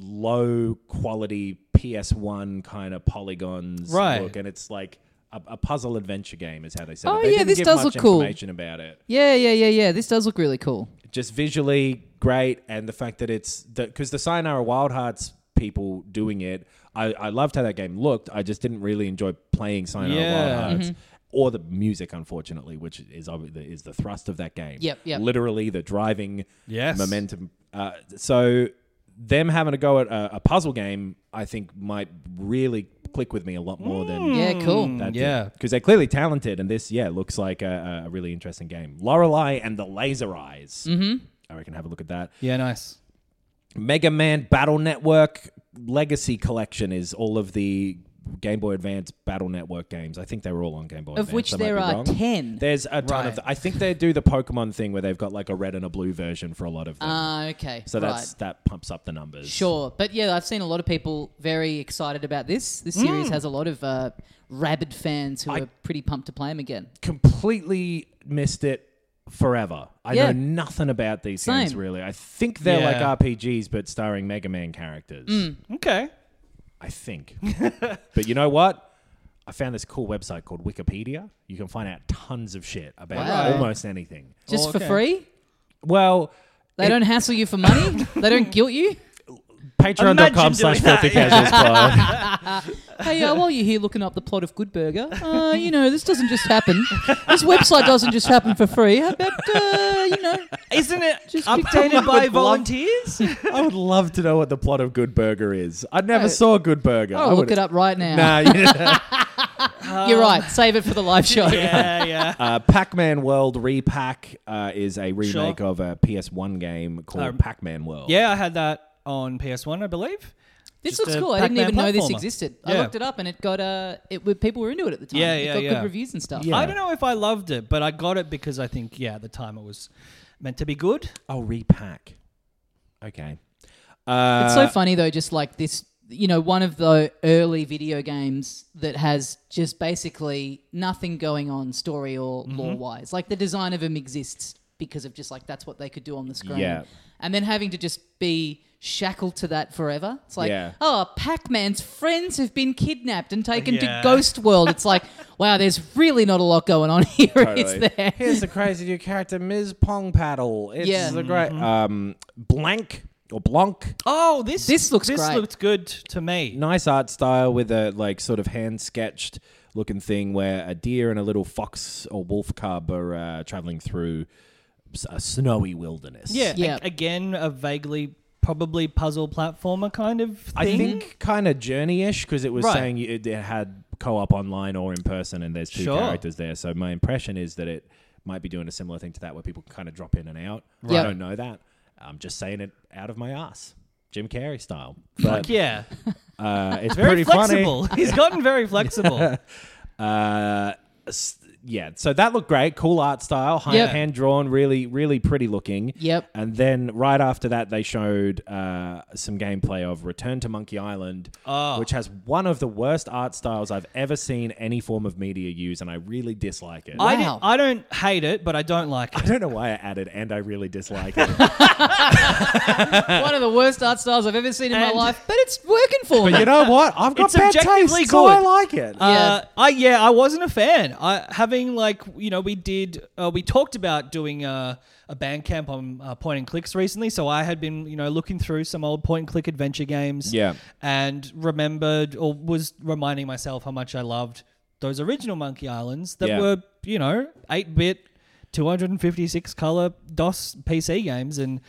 Speaker 4: low quality PS1 kind of polygons
Speaker 3: Right.
Speaker 4: look, and it's like. A, a puzzle adventure game is how they said
Speaker 2: Oh,
Speaker 4: it. They
Speaker 2: yeah,
Speaker 4: didn't
Speaker 2: this
Speaker 4: give
Speaker 2: does
Speaker 4: much
Speaker 2: look cool.
Speaker 4: Information about it
Speaker 2: Yeah, yeah, yeah, yeah. This does look really cool.
Speaker 4: just visually great, and the fact that it's because the, Sayonara Wild Hearts people doing it, I, I loved how that game looked. I just didn't really enjoy playing Sayonara
Speaker 3: Yeah.
Speaker 4: Wild Hearts.
Speaker 2: Mm-hmm.
Speaker 4: Or the music, unfortunately, which is obvi- the- is the thrust of that game.
Speaker 2: Yep, yep.
Speaker 4: Literally the driving
Speaker 3: Yes.
Speaker 4: momentum. Uh, so them having a go at a, a puzzle game, I think, might really click with me a lot more than
Speaker 2: Mm, Yeah, cool.
Speaker 4: that
Speaker 3: Yeah.
Speaker 4: because they're clearly talented, and this yeah looks like a, a really interesting game. Lorelei and the Laser Eyes. Mm-hmm. I reckon have a look at that.
Speaker 3: yeah, nice.
Speaker 4: Mega Man Battle Network Legacy Collection is all of the Game Boy Advance Battle Network games. I think they were all on Game Boy.
Speaker 2: Of
Speaker 4: Advance.
Speaker 2: which
Speaker 4: I might
Speaker 2: there
Speaker 4: be
Speaker 2: are
Speaker 4: wrong.
Speaker 2: 10.
Speaker 4: There's a ton
Speaker 3: Right.
Speaker 4: of. The, I think they do the Pokemon thing where they've got like a red and a blue version for a lot of them.
Speaker 2: Ah, okay.
Speaker 4: so that's
Speaker 2: right.
Speaker 4: that pumps up the numbers.
Speaker 2: Sure, but yeah, I've seen a lot of people very excited about this. This
Speaker 4: Hmm.
Speaker 2: series has a lot of uh, rabid fans who are pretty pumped to play them again.
Speaker 4: Oh, completely missed it forever. I
Speaker 2: Yeah.
Speaker 4: know nothing about these games
Speaker 2: Same.
Speaker 4: really. I think they're
Speaker 3: Yeah.
Speaker 4: like RPGs but starring Mega Man characters.
Speaker 2: Mm.
Speaker 3: Okay.
Speaker 4: I think. but you know what? I found this cool website called Wikipedia. You can find out tons of shit about
Speaker 2: Wow.
Speaker 4: almost anything.
Speaker 2: Just
Speaker 3: Oh,
Speaker 2: for
Speaker 3: okay.
Speaker 2: free?
Speaker 4: Well,
Speaker 2: They don't hassle you for money? they don't guilt you?
Speaker 4: patreon.com
Speaker 3: Imagine
Speaker 4: slash
Speaker 3: doing that,
Speaker 4: filthy casuals pod.
Speaker 2: Hey, uh, while you're here looking up the plot of Good Burger, uh, you know, this doesn't just happen. This website doesn't just happen for free. How about, uh, you know,
Speaker 3: Isn't it
Speaker 2: Just
Speaker 3: updated
Speaker 4: people would
Speaker 3: by
Speaker 4: love-
Speaker 3: volunteers?
Speaker 4: I would love to know what the plot of Good Burger is. I never
Speaker 2: Oh.
Speaker 4: saw Good Burger.
Speaker 2: I'll
Speaker 4: I
Speaker 2: look
Speaker 4: would-
Speaker 2: it up right now.
Speaker 4: Nah, you-
Speaker 2: You're right. Save it for the live show.
Speaker 3: Um, yeah, yeah.
Speaker 4: Uh, Pac-Man World Repack uh, is a remake
Speaker 3: Sure.
Speaker 4: of a PS1 game called
Speaker 3: Um,
Speaker 4: Pac-Man World.
Speaker 3: Yeah, I had that on PS1, I believe.
Speaker 2: This
Speaker 3: Just
Speaker 2: looks
Speaker 3: a
Speaker 2: cool. I didn't
Speaker 3: Pac-Man
Speaker 2: even know this
Speaker 3: platformer.
Speaker 2: existed. I
Speaker 3: Yeah.
Speaker 2: looked it up and it got uh, it were- people were into it at the time.
Speaker 3: Yeah,
Speaker 2: it
Speaker 3: yeah,
Speaker 2: got
Speaker 3: yeah.
Speaker 2: good reviews and stuff.
Speaker 4: Yeah.
Speaker 3: I don't know if I loved it, but I got it because I think, yeah, at the time it was meant to be good.
Speaker 4: Oh, Repack. Okay. Uh,
Speaker 2: It's so funny though, just like this, you know, one of the early video games that has just basically nothing going on story or
Speaker 4: Mm-hmm.
Speaker 2: lore wise. Like the design of them exists because of just like that's what they could do on the screen.
Speaker 4: Yeah.
Speaker 2: And then having to just be shackled to that forever. It's like,
Speaker 4: Yeah.
Speaker 2: oh, Pac Man's friends have been kidnapped and taken
Speaker 3: Yeah.
Speaker 2: to Ghost World. It's like, wow, there's really not a lot going on here, is there?
Speaker 4: Here's the crazy new character, Ms. Pong Paddle. It's
Speaker 2: Yeah.
Speaker 4: the great
Speaker 3: Mm-hmm.
Speaker 4: um, Blank or Blanc.
Speaker 3: Oh, this
Speaker 2: This looks
Speaker 3: this
Speaker 2: great.
Speaker 3: looked good to me.
Speaker 4: Nice art style with a like sort of hand sketched looking thing where a deer and a little fox or wolf cub are uh, traveling through s- a snowy wilderness.
Speaker 3: Yeah,
Speaker 2: Yeah.
Speaker 3: a- again, a vaguely probably puzzle platformer kind of thing.
Speaker 4: I think kind of journey-ish because it was
Speaker 3: Right.
Speaker 4: saying it, it had co-op online or in person, and there's two
Speaker 3: Sure.
Speaker 4: characters there. So my impression is that it might be doing a similar thing to that, where people kind of drop in and out.
Speaker 2: Yep.
Speaker 4: I don't know that. I'm just saying it out of my ass, Jim Carrey style. But
Speaker 3: Fuck yeah,
Speaker 4: uh, it's
Speaker 3: very
Speaker 4: pretty
Speaker 3: flexible. He's gotten very flexible.
Speaker 4: funny. Uh, s- yeah, so that looked great. Cool art style, hand,
Speaker 2: Yep.
Speaker 4: hand drawn, really, really pretty looking.
Speaker 2: Yep.
Speaker 4: And then right after that, they showed uh, some gameplay of Return to Monkey Island,
Speaker 3: Ah.
Speaker 4: which has one of the worst art styles I've ever seen any form of media use, and I really dislike it.
Speaker 3: I,
Speaker 2: Wow.
Speaker 3: don't- I don't hate it, but I don't like
Speaker 4: I
Speaker 3: it.
Speaker 4: don't know why I added, and I really dislike it.
Speaker 2: One of the worst art styles I've ever seen in my
Speaker 3: And-
Speaker 2: life, but it's working for
Speaker 4: but
Speaker 2: me.
Speaker 4: you know what? I've got
Speaker 3: It's
Speaker 4: bad taste,
Speaker 3: objectively
Speaker 4: so I
Speaker 3: good.
Speaker 4: like it.
Speaker 3: Uh, I yeah, I wasn't a fan. I having like you know we did uh, we talked about doing a, a band camp on uh, point and clicks recently. So I had been you know looking through some old point and click adventure games.
Speaker 4: Yeah.
Speaker 3: and remembered or was reminding myself how much I loved those original Monkey Islands that
Speaker 4: Yeah.
Speaker 3: were you know eight bit, two hundred and fifty six color DOS PC games, and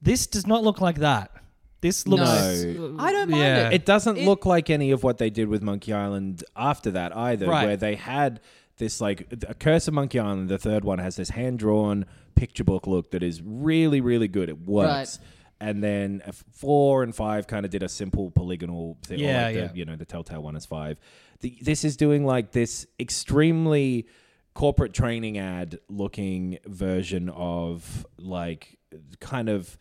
Speaker 3: this does not look like that. This looks.
Speaker 4: No.
Speaker 2: I don't mind
Speaker 3: Yeah.
Speaker 2: it.
Speaker 4: It doesn't look like any of what they did with Monkey Island after that either,
Speaker 3: Right.
Speaker 4: where they had this like a Curse of Monkey Island. The third one has this hand drawn picture book look that is really really good. It works. And then f- four and five kind of did a simple polygonal thing. or
Speaker 3: Yeah,
Speaker 4: like the-
Speaker 3: yeah.
Speaker 4: you know, the Telltale one is five. The, this is doing like this extremely corporate training ad looking version of like kind of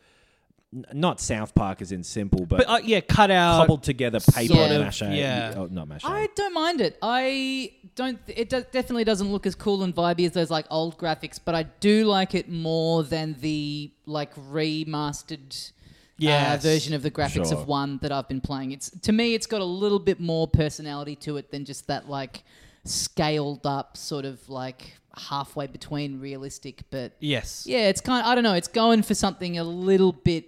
Speaker 4: n- not South Park as in simple,
Speaker 3: But uh, yeah, cut out.
Speaker 4: cobbled together paper
Speaker 3: Sort
Speaker 2: of,
Speaker 4: mache.
Speaker 3: yeah.
Speaker 4: Oh, not mache.
Speaker 2: I don't mind it. I don't. It do, definitely doesn't look as cool and vibey as those like old graphics, but I do like it more than the like remastered.
Speaker 3: Yes.
Speaker 2: Uh, version of the graphics
Speaker 4: Sure.
Speaker 2: of one that I've been playing. It's to me, it's got a little bit more personality to it than just that like scaled up sort of like halfway between realistic. But
Speaker 3: Yes.
Speaker 2: yeah, it's kind. I don't know. It's going for something a little bit.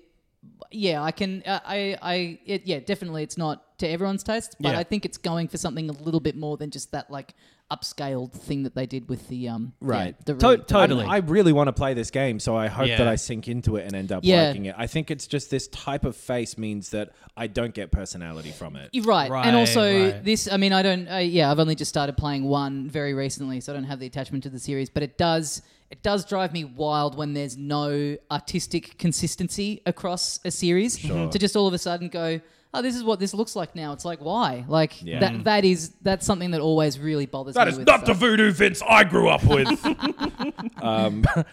Speaker 2: Yeah, I can. uh, I. I. I it, yeah, definitely. It's not to everyone's taste, but
Speaker 3: Yeah.
Speaker 2: I think it's going for something a little bit more than just that like upscaled thing that they did with the um. yeah,
Speaker 4: Right.
Speaker 2: the
Speaker 3: To-
Speaker 2: re-
Speaker 3: totally.
Speaker 4: I really want to play this game, so I hope
Speaker 3: Yeah.
Speaker 4: that I sink into it and end up
Speaker 2: Yeah.
Speaker 4: liking it. I think it's just this type of face means that I don't get personality from it.
Speaker 2: You're right.
Speaker 3: Right,
Speaker 2: and also
Speaker 3: right.
Speaker 2: this. I mean, I don't. Uh, yeah, I've only just started playing one very recently, so I don't have the attachment to the series. But it does. It does drive me wild when there's no artistic consistency across a series. To just all of a sudden go, oh, this is what this looks like now. It's like why? Like
Speaker 3: Mm.
Speaker 2: that. That is that's something that always really bothers me. with stuff.
Speaker 4: voodoo Vince I grew up with. um,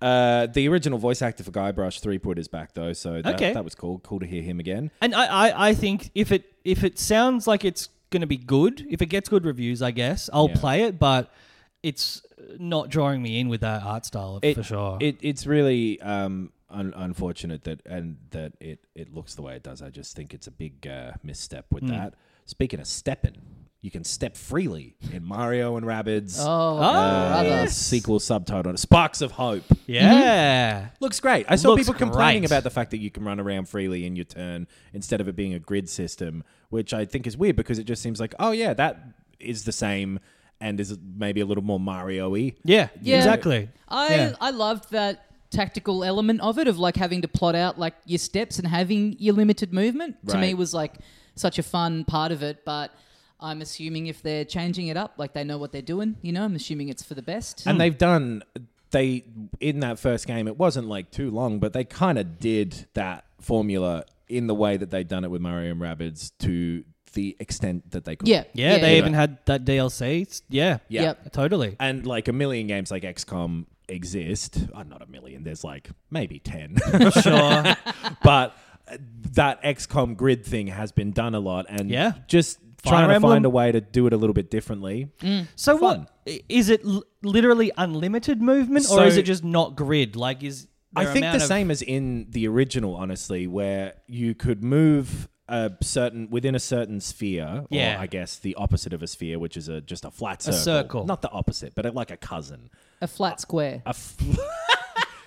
Speaker 4: uh, the original voice actor for Guybrush Threepwood is back though, so that,
Speaker 3: Okay.
Speaker 4: that was cool. Cool to hear him again.
Speaker 3: And I, I, I think if it if it sounds like it's gonna be good, if it gets good reviews, I guess I'll play it. But it's not drawing me in with that art style
Speaker 4: It-
Speaker 3: for sure.
Speaker 4: It, it's really um, un- unfortunate that and that it it looks the way it does. I just think it's a big uh, misstep
Speaker 3: Hmm.
Speaker 4: with that. Speaking of stepping, you can step freely in Mario and Rabbids.
Speaker 2: Oh,
Speaker 3: Ah,
Speaker 4: uh,
Speaker 2: brother.
Speaker 4: sequel subtitle: Sparks of Hope.
Speaker 3: yeah.
Speaker 4: Looks great. I saw
Speaker 3: Looks
Speaker 4: people complaining
Speaker 3: great.
Speaker 4: about the fact that you can run around freely in your turn instead of it being a grid system, which I think is weird because it just seems like, oh yeah, that is the same and is maybe a little more Mario-y.
Speaker 3: Yeah,
Speaker 2: Yeah.
Speaker 3: exactly.
Speaker 2: I
Speaker 3: Yeah.
Speaker 2: I loved that tactical element of it of like having to plot out like your steps and having your limited movement to me
Speaker 4: Right.
Speaker 2: was like such a fun part of it but I'm assuming if they're changing it up like they know what they're doing you know I'm assuming it's for the best
Speaker 3: Hmm.
Speaker 4: and they've done they in that first game it wasn't like too long but they kind of did that formula in the way that they'd done it with mario and rabbids to the extent that they could
Speaker 2: yeah
Speaker 3: yeah, they
Speaker 2: yeah.
Speaker 3: even had that DLC. It's- Yeah,
Speaker 4: yeah
Speaker 2: Yep.
Speaker 3: totally.
Speaker 4: and like a million games like xcom exist oh, not a million there's like maybe 10
Speaker 3: sure.
Speaker 4: but uh, that xcom grid thing has been done a lot and
Speaker 3: Yeah.
Speaker 4: just
Speaker 3: Fire
Speaker 4: trying to find
Speaker 3: Emblem. Mm.
Speaker 4: a way to do it a little bit differently
Speaker 3: So
Speaker 4: Fun.
Speaker 3: what i- is it? L- literally unlimited movement,
Speaker 4: So-
Speaker 3: or is it just not grid? Like is
Speaker 4: I
Speaker 3: there
Speaker 4: think the
Speaker 3: amount of-
Speaker 4: same as in the original, honestly, where you could move a certain within a certain sphere,
Speaker 3: Yeah.
Speaker 4: or I guess the opposite of a sphere, which is a just a flat circle.
Speaker 3: circle.
Speaker 4: Not the opposite, but like a cousin.
Speaker 2: a flat square
Speaker 4: A f-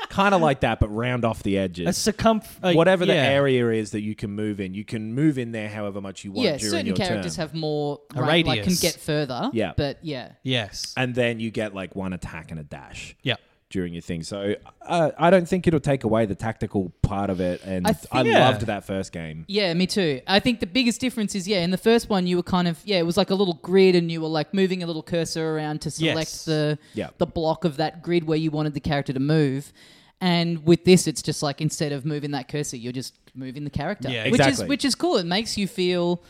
Speaker 4: kind of like that, but round off the edges.
Speaker 3: a circumf uh,
Speaker 4: Whatever the
Speaker 3: yeah.
Speaker 4: area is that you can move in, you can move in there however much you want
Speaker 2: yeah
Speaker 4: during
Speaker 2: certain
Speaker 4: your
Speaker 2: characters
Speaker 4: turn.
Speaker 2: have more
Speaker 3: A
Speaker 2: ra- like can
Speaker 3: radius.
Speaker 2: get further
Speaker 4: Yeah.
Speaker 2: but yeah
Speaker 3: Yes.
Speaker 4: and then you get like one attack and a dash.
Speaker 3: yeah.
Speaker 4: During your thing, so uh, I don't think it'll take away the tactical part of it, and I,
Speaker 2: I think-
Speaker 3: Yeah.
Speaker 4: loved that first game.
Speaker 2: Yeah, me too. I think the biggest difference is yeah, in the first one you were kind of yeah, it was like a little grid and you were like moving a little cursor around to select
Speaker 3: Yes.
Speaker 2: the
Speaker 4: Yeah.
Speaker 2: the block of that grid where you wanted the character to move. And with this it's just like instead of moving that cursor, you're just moving the character.
Speaker 3: Yeah,
Speaker 2: Which
Speaker 4: exactly.
Speaker 2: is which is cool. It makes you feel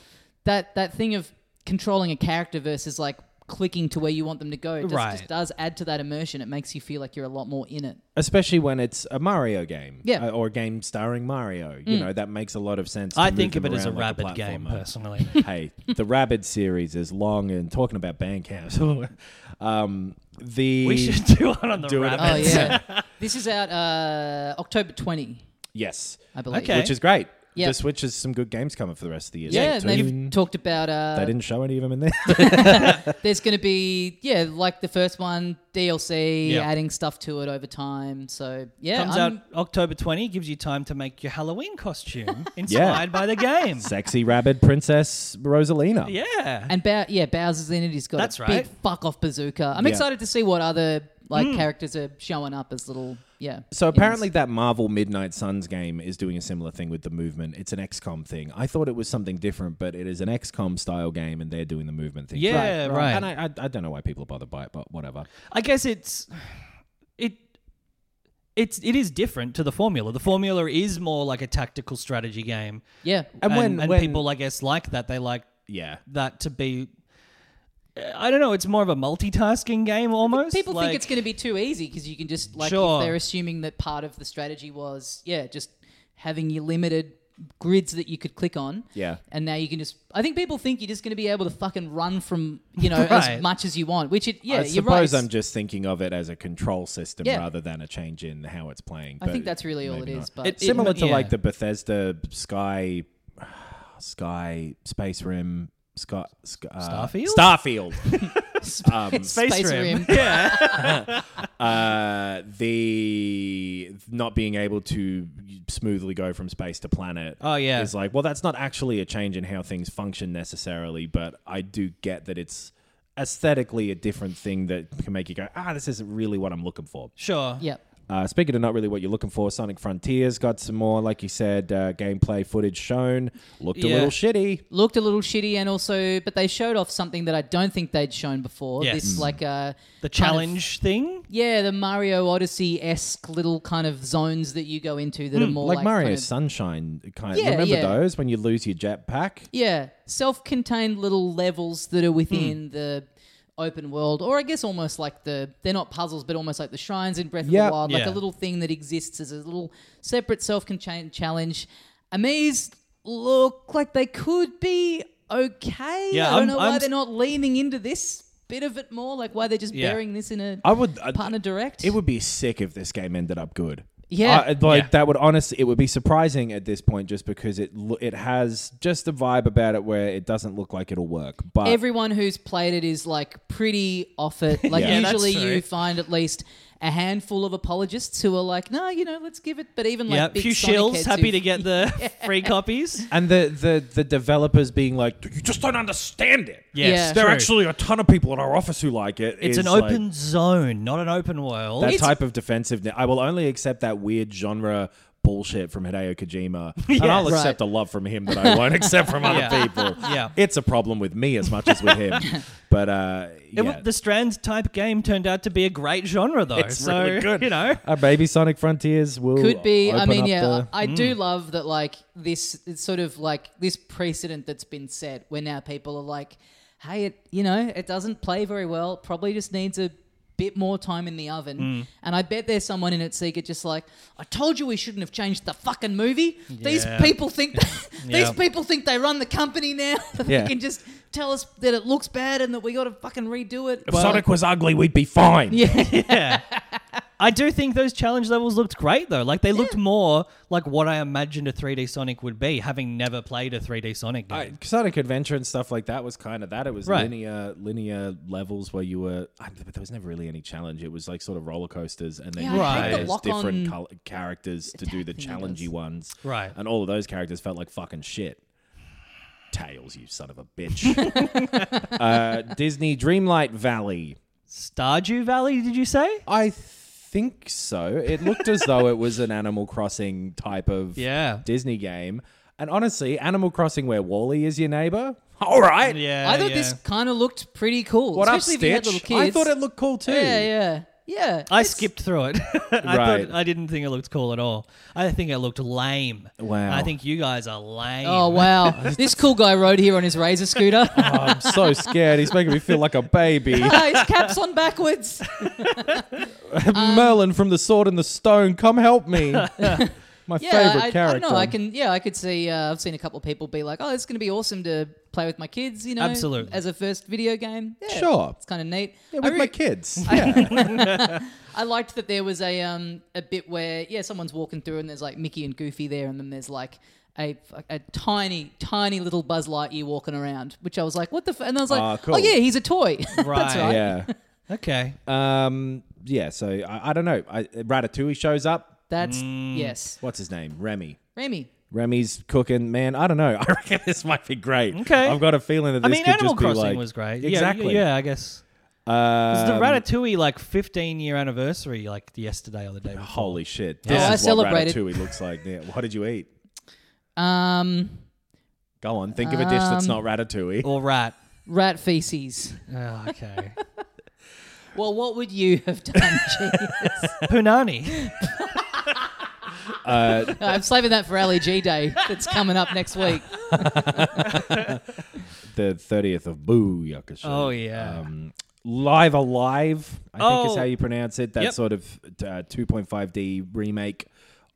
Speaker 2: that that thing of controlling a character versus like clicking to where you want them to go. It just,
Speaker 3: Right.
Speaker 2: just does add to that immersion. It makes you feel like you're a lot more in it.
Speaker 4: especially when it's a Mario game,
Speaker 2: Yeah. Mm.
Speaker 4: uh, or a game starring Mario. You know that makes a lot of sense. to
Speaker 3: I
Speaker 4: move
Speaker 3: think of it
Speaker 4: them
Speaker 3: as a
Speaker 4: around like
Speaker 3: rabid game,
Speaker 4: platformer.
Speaker 3: personally.
Speaker 4: hey, the Rabbit series is long, and talking about Bandcamp, um, the
Speaker 3: we should do one on the
Speaker 4: Do it
Speaker 3: rabbits.
Speaker 2: Oh yeah, this is out uh, October twenty,
Speaker 4: yes,
Speaker 2: I believe.
Speaker 3: Okay.
Speaker 4: which is great.
Speaker 2: Yeah.
Speaker 4: The Switch has some good games coming for the rest of the year.
Speaker 2: Yeah, and
Speaker 4: Splatoon.
Speaker 2: they've talked about
Speaker 4: they
Speaker 2: uh,
Speaker 4: didn't show any of them in there.
Speaker 2: there's going to be yeah, like the first one DLC,
Speaker 3: Yeah.
Speaker 2: adding stuff to it over time. So yeah,
Speaker 3: Comes
Speaker 2: I'm-
Speaker 3: out October 20, gives you time to make your Halloween costume
Speaker 4: Yeah.
Speaker 3: inspired by the game.
Speaker 4: Sexy Rabbit Princess Rosalina.
Speaker 3: Yeah.
Speaker 2: And Bow- yeah, Bowser's in it. He's got
Speaker 3: That's
Speaker 2: a
Speaker 3: right.
Speaker 2: big fuck off bazooka. I'm
Speaker 4: Yeah.
Speaker 2: excited to see what other like characters are showing up as little yeah.
Speaker 4: So
Speaker 2: in this.
Speaker 4: apparently, that Marvel Midnight Suns game is doing a similar thing with the movement. It's an XCOM thing. I thought it was something different, but it is an XCOM style game, and they're doing the movement thing.
Speaker 3: Yeah, right.
Speaker 4: And I, I, I don't know why people are bothered by it, but whatever.
Speaker 3: I guess it's it it's it is different to the formula. The formula is more like a tactical strategy game.
Speaker 2: yeah.
Speaker 4: And
Speaker 3: And,
Speaker 4: when-
Speaker 3: and
Speaker 4: when-
Speaker 3: people I guess like that. They like
Speaker 4: Yeah,
Speaker 3: that to be I don't know, it's more of a multitasking game almost.
Speaker 2: People
Speaker 3: Like,
Speaker 2: think it's going to be too easy because you can just like
Speaker 3: Sure.
Speaker 2: if they're assuming that part of the strategy was yeah, just having your limited grids that you could click on.
Speaker 4: Yeah.
Speaker 2: And now you can just I think people think you're just going to be able to fucking run from, you know,
Speaker 3: Right.
Speaker 2: as much as you want, which it yeah,
Speaker 4: I
Speaker 2: you're right.
Speaker 4: suppose I'm just thinking of it as a control system
Speaker 2: Yeah.
Speaker 4: rather than a change in how it's playing.
Speaker 2: I
Speaker 4: but
Speaker 2: think that's really all it
Speaker 4: maybe
Speaker 2: is,
Speaker 4: not.
Speaker 2: but
Speaker 3: It-
Speaker 4: similar to
Speaker 3: yeah.
Speaker 4: like the Bethesda Sky, Sky Space Rim, Sky, Sky uh,
Speaker 3: Starfield?
Speaker 4: Starfield.
Speaker 3: Space,
Speaker 2: Space
Speaker 3: Rim.
Speaker 2: Rim.
Speaker 3: yeah.
Speaker 4: uh, the not being able to smoothly go from space to planet.
Speaker 3: Oh, yeah.
Speaker 4: is like well, that's not actually a change in how things function necessarily, but I do get that it's aesthetically a different thing that can make you go, ah, this isn't really what I'm looking for.
Speaker 3: Sure.
Speaker 2: yeah.
Speaker 4: Uh, speaking of not really what you're looking for, Sonic Frontiers got some more, like you said, uh, gameplay footage shown. Looked a
Speaker 3: Yeah.
Speaker 4: little shitty.
Speaker 2: looked a little shitty and also but they showed off something that I don't think they'd shown before.
Speaker 3: Yes.
Speaker 4: Mm.
Speaker 2: This like uh kind
Speaker 3: The
Speaker 2: of-
Speaker 3: challenge thing.
Speaker 2: yeah, the Mario Odyssey esque little kind of zones that you go into that are more
Speaker 4: Mm, Like,
Speaker 2: like,
Speaker 4: Mario
Speaker 2: kind of-
Speaker 4: Sunshine kind.
Speaker 2: Yeah,
Speaker 4: Remember
Speaker 2: yeah.
Speaker 4: those when you lose your jetpack?
Speaker 2: yeah, self contained little levels that are within the open world, or I guess almost like the they're not puzzles, but almost like the shrines in Breath of
Speaker 4: Yep.
Speaker 2: the Wild, like
Speaker 3: Yeah.
Speaker 2: a little thing that exists as a little separate self contained challenge. Amaze look like they could be okay.
Speaker 3: Yeah,
Speaker 2: I don't
Speaker 3: I'm-
Speaker 2: know why
Speaker 3: I'm-
Speaker 2: they're not leaning into this bit of it more, like why they're just
Speaker 3: Yeah.
Speaker 2: burying this in a
Speaker 4: I would. uh, I-
Speaker 2: partner direct.
Speaker 4: It would be sick if this game ended up good.
Speaker 2: Yeah.
Speaker 4: I- like
Speaker 3: Yeah.
Speaker 4: that would honestly, it would be surprising at this point just because it lo- it has just a vibe about it where it doesn't look like it'll work. But
Speaker 2: everyone who's played it is like pretty off it. Like
Speaker 4: Yeah.
Speaker 3: Yeah, that's
Speaker 2: usually
Speaker 3: true.
Speaker 2: you find at least a handful of apologists who are like, no, you know, let's give it. But even like
Speaker 3: yeah.
Speaker 2: big
Speaker 3: Few
Speaker 2: Sonic
Speaker 3: shills
Speaker 2: heads
Speaker 3: happy
Speaker 2: who've-
Speaker 3: to get the free copies.
Speaker 4: and the, the the developers being like, you just don't understand it.
Speaker 3: Yes,
Speaker 2: Yeah.
Speaker 4: There are
Speaker 3: true.
Speaker 4: actually a ton of people in our office who like it.
Speaker 3: It's an
Speaker 4: is, like,
Speaker 3: open zone, not an open world.
Speaker 4: that type of defensiveness. I will only accept that weird genre bullshit from Hideo Kojima, and I'll accept a love from him that I won't accept from other
Speaker 3: Yeah.
Speaker 4: people.
Speaker 3: Yeah.
Speaker 4: it's a problem with me as much as with him. But uh,
Speaker 3: It
Speaker 4: yeah,
Speaker 3: w the Strand type game turned out to be a great genre, though.
Speaker 4: It's
Speaker 3: so,
Speaker 4: really good.
Speaker 3: You know,
Speaker 4: uh, maybe Sonic Frontiers will
Speaker 2: could be. I
Speaker 4: open
Speaker 2: mean,
Speaker 4: up
Speaker 2: yeah,
Speaker 4: the- Hmm.
Speaker 2: I I do love that. Like this, it's sort of like this precedent that's been set, where now people are like, "Hey, it you know, it doesn't play very well. Probably just needs a bit more time in the oven."
Speaker 4: Hmm.
Speaker 2: And I bet there's someone in at Sega just like, "I told you we shouldn't have changed the fucking movie. These
Speaker 3: Yeah.
Speaker 2: people think these
Speaker 3: Yeah.
Speaker 2: people think they run the company now. that
Speaker 4: Yeah.
Speaker 2: They can just tell us that it looks bad and that we got to fucking redo it."
Speaker 4: if Sonic was ugly, we'd be fine.
Speaker 3: I do think those challenge levels looked great, though. Like, they looked more like what I imagined a 3D Sonic would be, having never played a 3D Sonic game.
Speaker 4: I, Sonic Adventure and stuff like that was kind of that. It was
Speaker 3: Right.
Speaker 4: linear, linear levels where you were. I, but there was never really any challenge. It was like sort of roller coasters, and then
Speaker 2: Yeah,
Speaker 4: you
Speaker 3: I hate
Speaker 4: played
Speaker 3: the
Speaker 4: as
Speaker 2: lock
Speaker 4: different
Speaker 2: on-
Speaker 4: col- characters to do the
Speaker 2: thing it
Speaker 4: challengey
Speaker 2: is.
Speaker 4: ones.
Speaker 3: Right.
Speaker 4: and all of those characters felt like fucking shit. Tails, you son of a bitch. uh, Disney Dreamlight Valley.
Speaker 3: Stardew Valley, did you say?
Speaker 4: I think so. It looked as though it was an Animal Crossing type of
Speaker 3: Yeah.
Speaker 4: Disney game. And honestly, Animal Crossing where Wally is your neighbor. All right.
Speaker 3: Yeah.
Speaker 2: I thought
Speaker 3: yeah.
Speaker 2: this kind of looked pretty cool,
Speaker 4: What up,
Speaker 2: especially if you had
Speaker 4: Stitch?
Speaker 2: little kids.
Speaker 4: I thought it looked cool too.
Speaker 2: Yeah, yeah. Yeah.
Speaker 3: I
Speaker 2: it's-
Speaker 3: skipped through it. I
Speaker 4: Right.
Speaker 3: thought I didn't think it looked cool at all. I think it looked lame.
Speaker 4: Wow.
Speaker 3: I think you guys are lame.
Speaker 2: Oh wow! this cool guy rode here on his razor scooter.
Speaker 4: Oh, I'm so scared. He's making me feel like a baby.
Speaker 2: Ah, his cap's on backwards.
Speaker 4: Merlin from the Sword and the Stone, come help me. My
Speaker 2: Um, Yeah,
Speaker 4: favorite
Speaker 2: I,
Speaker 4: character.
Speaker 2: I don't know. I can. Yeah, I could see. Uh, I've seen a couple of people be like, "Oh, it's going to be awesome to play with my kids." You know,
Speaker 3: Absolutely.
Speaker 2: as a first video game. Yeah,
Speaker 4: Sure.
Speaker 2: it's kind of neat.
Speaker 4: Yeah,
Speaker 2: I
Speaker 4: with
Speaker 2: re-
Speaker 4: my kids. Yeah.
Speaker 2: I liked that there was a um a bit where yeah someone's walking through and there's like Mickey and Goofy there and then there's like a, a tiny tiny little Buzz Lightyear walking around which I was like what the f-? and I was like
Speaker 4: Ah,
Speaker 2: oh
Speaker 4: cool.
Speaker 2: yeah he's a toy
Speaker 3: Right.
Speaker 2: that's right
Speaker 4: yeah.
Speaker 3: Okay.
Speaker 4: Um, yeah, so I, I don't know. I, Ratatouille shows up.
Speaker 2: that's
Speaker 4: Mm.
Speaker 2: yes
Speaker 4: What's his name? Remy.
Speaker 2: Remy
Speaker 4: Remy's cooking, man. I don't know. I reckon this might be great.
Speaker 3: Okay.
Speaker 4: I've got a feeling that
Speaker 3: I
Speaker 4: this
Speaker 3: mean,
Speaker 4: could
Speaker 3: Animal
Speaker 4: just
Speaker 3: Crossing
Speaker 4: be like
Speaker 3: was great. Yeah,
Speaker 4: Exactly.
Speaker 3: Yeah, yeah I guess. It was
Speaker 4: Um,
Speaker 3: the Ratatouille like 15 year anniversary like yesterday or the day before.
Speaker 4: Holy shit!
Speaker 2: Oh,
Speaker 4: This
Speaker 2: I
Speaker 4: is what
Speaker 2: celebrated.
Speaker 4: Ratatouille looks like. Yeah. What did you eat?
Speaker 2: um
Speaker 4: Go on, think of a dish that's not Ratatouille.
Speaker 3: Or rat.
Speaker 2: rat feces
Speaker 3: Oh, okay.
Speaker 2: well what would you have done Jeez.
Speaker 3: Punani.
Speaker 2: No, I'm saving that for LEG Day that's coming up next week
Speaker 4: The thirtieth of Boo Yakusha.
Speaker 3: Oh yeah.
Speaker 4: Um, Live Alive, I think
Speaker 3: Oh.
Speaker 4: is how you pronounce it. That
Speaker 3: Yep.
Speaker 4: sort of uh, 2.5D remake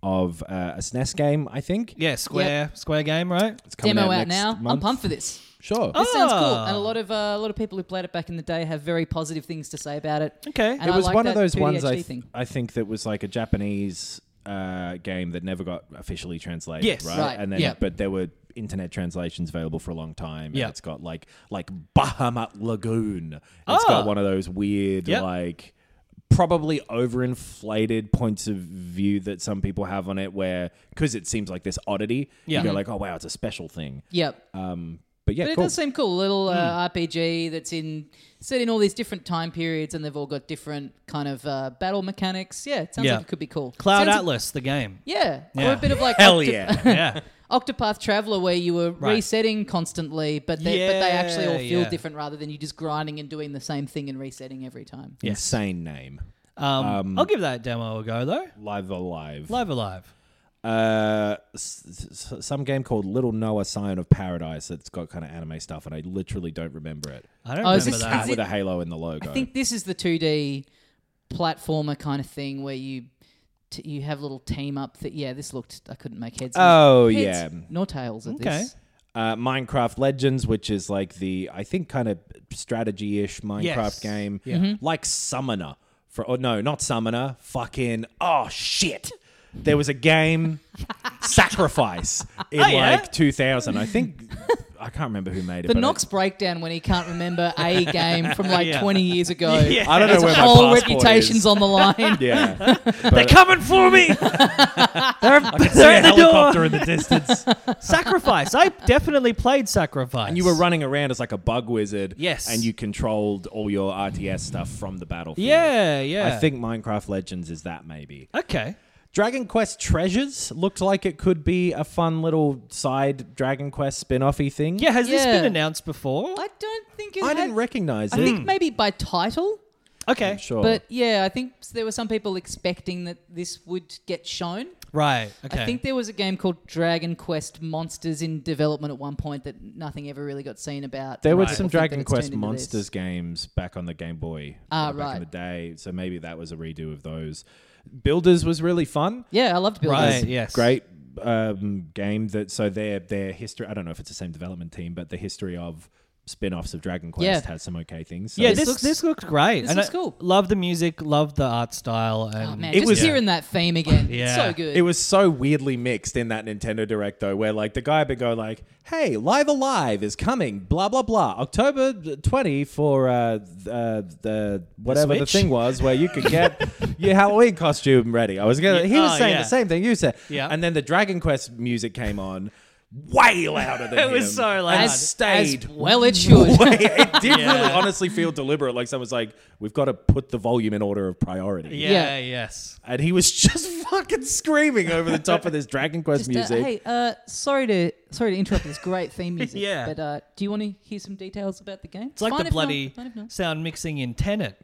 Speaker 4: of uh, a SNES game, I think.
Speaker 3: yeah, square square game, right?
Speaker 4: It's coming
Speaker 2: demo out,
Speaker 4: out, next
Speaker 2: now I'm
Speaker 4: month.
Speaker 2: pumped for this.
Speaker 4: Sure.
Speaker 2: This sounds cool,
Speaker 3: Ah.
Speaker 2: and a lot of uh, a lot of people who played it back in the day have very positive things to say about it.
Speaker 3: Okay.
Speaker 2: And
Speaker 4: it
Speaker 2: I
Speaker 4: was
Speaker 2: like
Speaker 4: one of
Speaker 2: that
Speaker 4: those ones I,
Speaker 2: PDHD
Speaker 4: th-
Speaker 2: thing.
Speaker 4: I think that was like a Japanese uh, game that never got officially translated.
Speaker 3: Yes.
Speaker 4: right.
Speaker 2: Right,
Speaker 4: And then,
Speaker 3: yeah.
Speaker 4: but there were internet translations available for a long time. and
Speaker 3: Yeah.
Speaker 4: it's got like like Bahamut Lagoon. It's got
Speaker 3: Ah.
Speaker 4: one of those weird
Speaker 3: Yep.
Speaker 4: like probably overinflated points of view that some people have on it, where because it seems like this oddity,
Speaker 3: Yeah. Mm-hmm.
Speaker 4: you go like, oh wow, it's a special thing.
Speaker 2: Yep.
Speaker 4: Um, but yeah,
Speaker 2: But it
Speaker 4: cool. Hmm.
Speaker 2: does seem cool. A little uh, RPG that's in set in all these different time periods, and they've all got different kind of uh, battle mechanics. Yeah, it sounds
Speaker 3: Yeah.
Speaker 2: like it could be cool.
Speaker 3: Cloud
Speaker 2: Sounds-
Speaker 3: Atlas, the game.
Speaker 2: yeah.
Speaker 3: Yeah.
Speaker 2: or a bit of like
Speaker 4: Hell
Speaker 2: Octo-
Speaker 4: yeah.
Speaker 3: Yeah.
Speaker 2: Octopath Traveler, where you were resetting constantly, but they, but they actually all
Speaker 3: Yeah,
Speaker 2: feel
Speaker 3: yeah.
Speaker 2: different rather than you just grinding and doing the same thing and resetting every time.
Speaker 4: Insane name.
Speaker 3: Um, I'll give that demo a go though.
Speaker 4: Live alive.
Speaker 3: Live alive.
Speaker 4: Uh, s- s- some game called Little Noah Scion of Paradise that's got kind of anime stuff, and I literally don't remember it.
Speaker 3: I don't
Speaker 2: Oh, is
Speaker 3: remember
Speaker 2: this-
Speaker 3: that.
Speaker 4: Cat
Speaker 2: is
Speaker 4: with
Speaker 2: it-
Speaker 4: a halo in the logo.
Speaker 2: I think this is the 2D platformer kind of thing where you t- you have little team up that yeah this looked I couldn't make heads
Speaker 4: oh yeah,
Speaker 2: heads nor tails at
Speaker 3: Okay.
Speaker 2: this
Speaker 4: uh, Minecraft Legends, which is like the I think kind of strategy-ish Minecraft
Speaker 3: Yes.
Speaker 4: game, yeah.
Speaker 2: Mm-hmm.
Speaker 4: like Summoner. For oh no, not Summoner. Fucking oh shit! There was a game, Sacrifice,
Speaker 2: Oh,
Speaker 4: in
Speaker 3: yeah?
Speaker 4: like 2000. I think I can't remember who made it.
Speaker 2: the
Speaker 4: but I-
Speaker 2: Knox breakdown when he can't remember a game from like
Speaker 3: Yeah.
Speaker 2: 20 years ago
Speaker 3: Yeah.
Speaker 4: I don't know
Speaker 2: His
Speaker 4: where my
Speaker 2: whole
Speaker 4: passport
Speaker 2: reputation's
Speaker 4: is.
Speaker 2: on the line
Speaker 4: Yeah.
Speaker 3: They're coming for me. they're
Speaker 4: See
Speaker 3: they're at
Speaker 4: a
Speaker 3: the
Speaker 4: helicopter
Speaker 3: door.
Speaker 4: in the distance.
Speaker 3: Sacrifice. I definitely played Sacrifice.
Speaker 4: And you were running around as like a bug wizard.
Speaker 3: Yes.
Speaker 4: And you controlled all your RTS stuff from the battlefield.
Speaker 3: Yeah, yeah.
Speaker 4: I think Minecraft Legends is that maybe.
Speaker 3: Okay.
Speaker 4: Dragon Quest Treasures looked like it could be a fun little side Dragon Quest spin offy thing.
Speaker 3: Yeah, has this
Speaker 2: Yeah.
Speaker 3: been announced before?
Speaker 2: I don't think it
Speaker 4: I
Speaker 2: had-
Speaker 4: didn't recognize
Speaker 2: I
Speaker 4: it. Hmm.
Speaker 2: think maybe by title
Speaker 3: Okay.
Speaker 4: sure.
Speaker 2: but yeah I think there were some people expecting that this would get shown
Speaker 3: Right. Okay.
Speaker 2: I think there was a game called Dragon Quest Monsters in development at one point that nothing ever really got seen about.
Speaker 4: there were
Speaker 3: Right.
Speaker 4: some
Speaker 2: People think
Speaker 4: Dragon
Speaker 2: that it's
Speaker 4: Quest
Speaker 2: turned into
Speaker 4: Monsters
Speaker 2: this.
Speaker 4: games back on the Game Boy
Speaker 2: Ah,
Speaker 4: uh, back
Speaker 2: right.
Speaker 4: in the day, so maybe that was a redo of those. Builders was really fun.
Speaker 2: Yeah, I loved Builders.
Speaker 3: Right. Yes.
Speaker 4: great um, game that so their their history I don't know if it's the same development team but the history of spin-offs of Dragon Quest
Speaker 2: Yeah.
Speaker 4: has some okay things so
Speaker 3: Yeah,
Speaker 2: This
Speaker 3: this
Speaker 2: looks-
Speaker 3: this looked great.
Speaker 2: this
Speaker 3: and
Speaker 2: looks
Speaker 3: I
Speaker 2: cool.
Speaker 3: Love the music, love the art style, and
Speaker 2: Oh man,
Speaker 4: It
Speaker 2: just
Speaker 4: was-
Speaker 2: hearing that theme again, it's
Speaker 3: Yeah.
Speaker 2: so good.
Speaker 4: it was so weirdly mixed in that Nintendo Direct though where like the guy would go like hey Live Alive is coming blah blah blah October 20 for uh, th- uh, the whatever the,
Speaker 3: Switch?
Speaker 4: thing was where you could get your Halloween costume ready I was gonna he was
Speaker 3: Oh,
Speaker 4: saying
Speaker 3: yeah.
Speaker 4: the same thing you said
Speaker 3: Yeah.
Speaker 4: and then the Dragon Quest music came on way louder than
Speaker 3: It was
Speaker 4: him
Speaker 3: so
Speaker 4: and
Speaker 3: loud.
Speaker 2: As-
Speaker 4: stayed
Speaker 2: as well it should.
Speaker 4: way. It did
Speaker 3: Yeah.
Speaker 4: really honestly feel deliberate. Like someone's like, we've got to put the volume in order of priority.
Speaker 3: yeah,
Speaker 2: Yeah.
Speaker 3: yes.
Speaker 4: And he was just fucking screaming over the top of this Dragon Quest
Speaker 2: Just, uh,
Speaker 4: music.
Speaker 2: hey, uh, sorry to sorry to interrupt this great theme music.
Speaker 3: Yeah.
Speaker 2: but uh, do you want to hear some details about the game?
Speaker 3: It's like the bloody sound mixing in Tenet.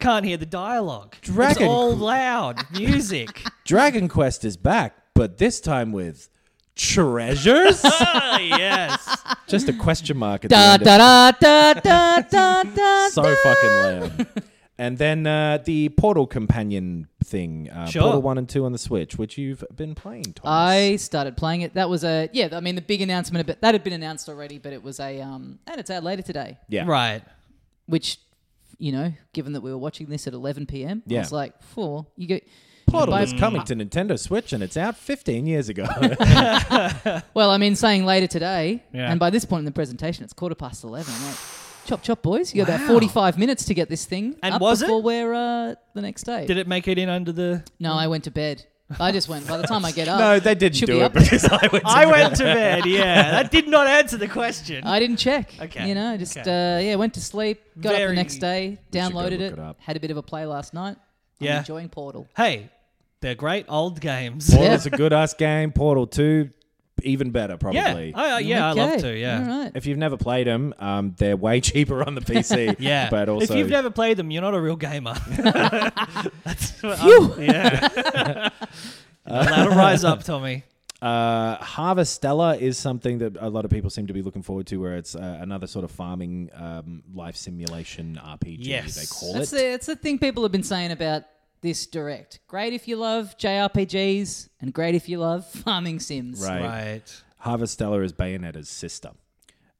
Speaker 3: Can't hear the dialogue. it's
Speaker 4: Dragon
Speaker 3: all
Speaker 4: Quest.
Speaker 3: loud music.
Speaker 4: Dragon Quest is back, but this time with treasures?
Speaker 3: oh, yes.
Speaker 4: Just a question mark at
Speaker 2: Da
Speaker 4: the end. of-
Speaker 2: da da da da da da.
Speaker 4: so fucking loud. And then uh, the Portal companion thing, uh,
Speaker 3: Sure.
Speaker 4: Portal 1 and 2 on the Switch, which you've been playing, Thomas.
Speaker 2: I started playing it. That was a yeah. I mean, the big announcement about that had been announced already, but it was a um, and it's out later today.
Speaker 4: Yeah.
Speaker 3: Right.
Speaker 2: Which, you know, given that we were watching this at 11 p.m.,
Speaker 4: Yeah.
Speaker 2: I was like, four. You go.
Speaker 4: Portal
Speaker 2: By-
Speaker 4: is
Speaker 3: Mm.
Speaker 4: coming to Nintendo Switch and it's out 15 years ago.
Speaker 2: Well, I mean, saying later today,
Speaker 3: Yeah.
Speaker 2: and by this point in the presentation, it's quarter past 11. I'm like, chop chop, boys! You got about 45 minutes to get this thing
Speaker 3: And
Speaker 2: up
Speaker 3: was it?
Speaker 2: before we're uh, the next day.
Speaker 3: Did it make it in under the.
Speaker 2: No, I went to bed. I just went. By the time I get up,
Speaker 4: no, they didn't
Speaker 2: she'll
Speaker 4: do
Speaker 2: be
Speaker 4: it
Speaker 2: up.
Speaker 4: because I went to
Speaker 3: I went to bed, yeah. That did not answer the question.
Speaker 2: I didn't check.
Speaker 3: Okay.
Speaker 2: You know, just
Speaker 3: Okay.
Speaker 2: uh, yeah, went to sleep, got up
Speaker 3: Very-
Speaker 2: the next day, downloaded
Speaker 4: look
Speaker 2: it,
Speaker 4: it up.
Speaker 2: had a bit of a play last night. I'm
Speaker 3: Yeah.
Speaker 2: enjoying Portal.
Speaker 3: hey, they're great old games.
Speaker 4: Portal's a good ass game. Portal 2, even better, probably.
Speaker 3: Yeah, I, I- yeah, I love
Speaker 2: Okay.
Speaker 3: to. Yeah,
Speaker 2: All right.
Speaker 4: If you've never played them, um, they're way cheaper on the PC.
Speaker 3: yeah.
Speaker 4: But also,
Speaker 3: if you've never played them, you're not a real gamer. That's what I'm- yeah. You're not allowed to rise up, Tommy.
Speaker 4: Uh, Harvestella is something that a lot of people seem to be looking forward to, where it's uh, another sort of farming um, life simulation RPG.
Speaker 3: Yes.
Speaker 4: They call
Speaker 2: That's
Speaker 4: it.
Speaker 2: the, that's the thing people have been saying about this direct. Great if you love JRPGs, and great if you love farming sims.
Speaker 4: Right.
Speaker 3: Right.
Speaker 4: Harvestella is Bayonetta's sister,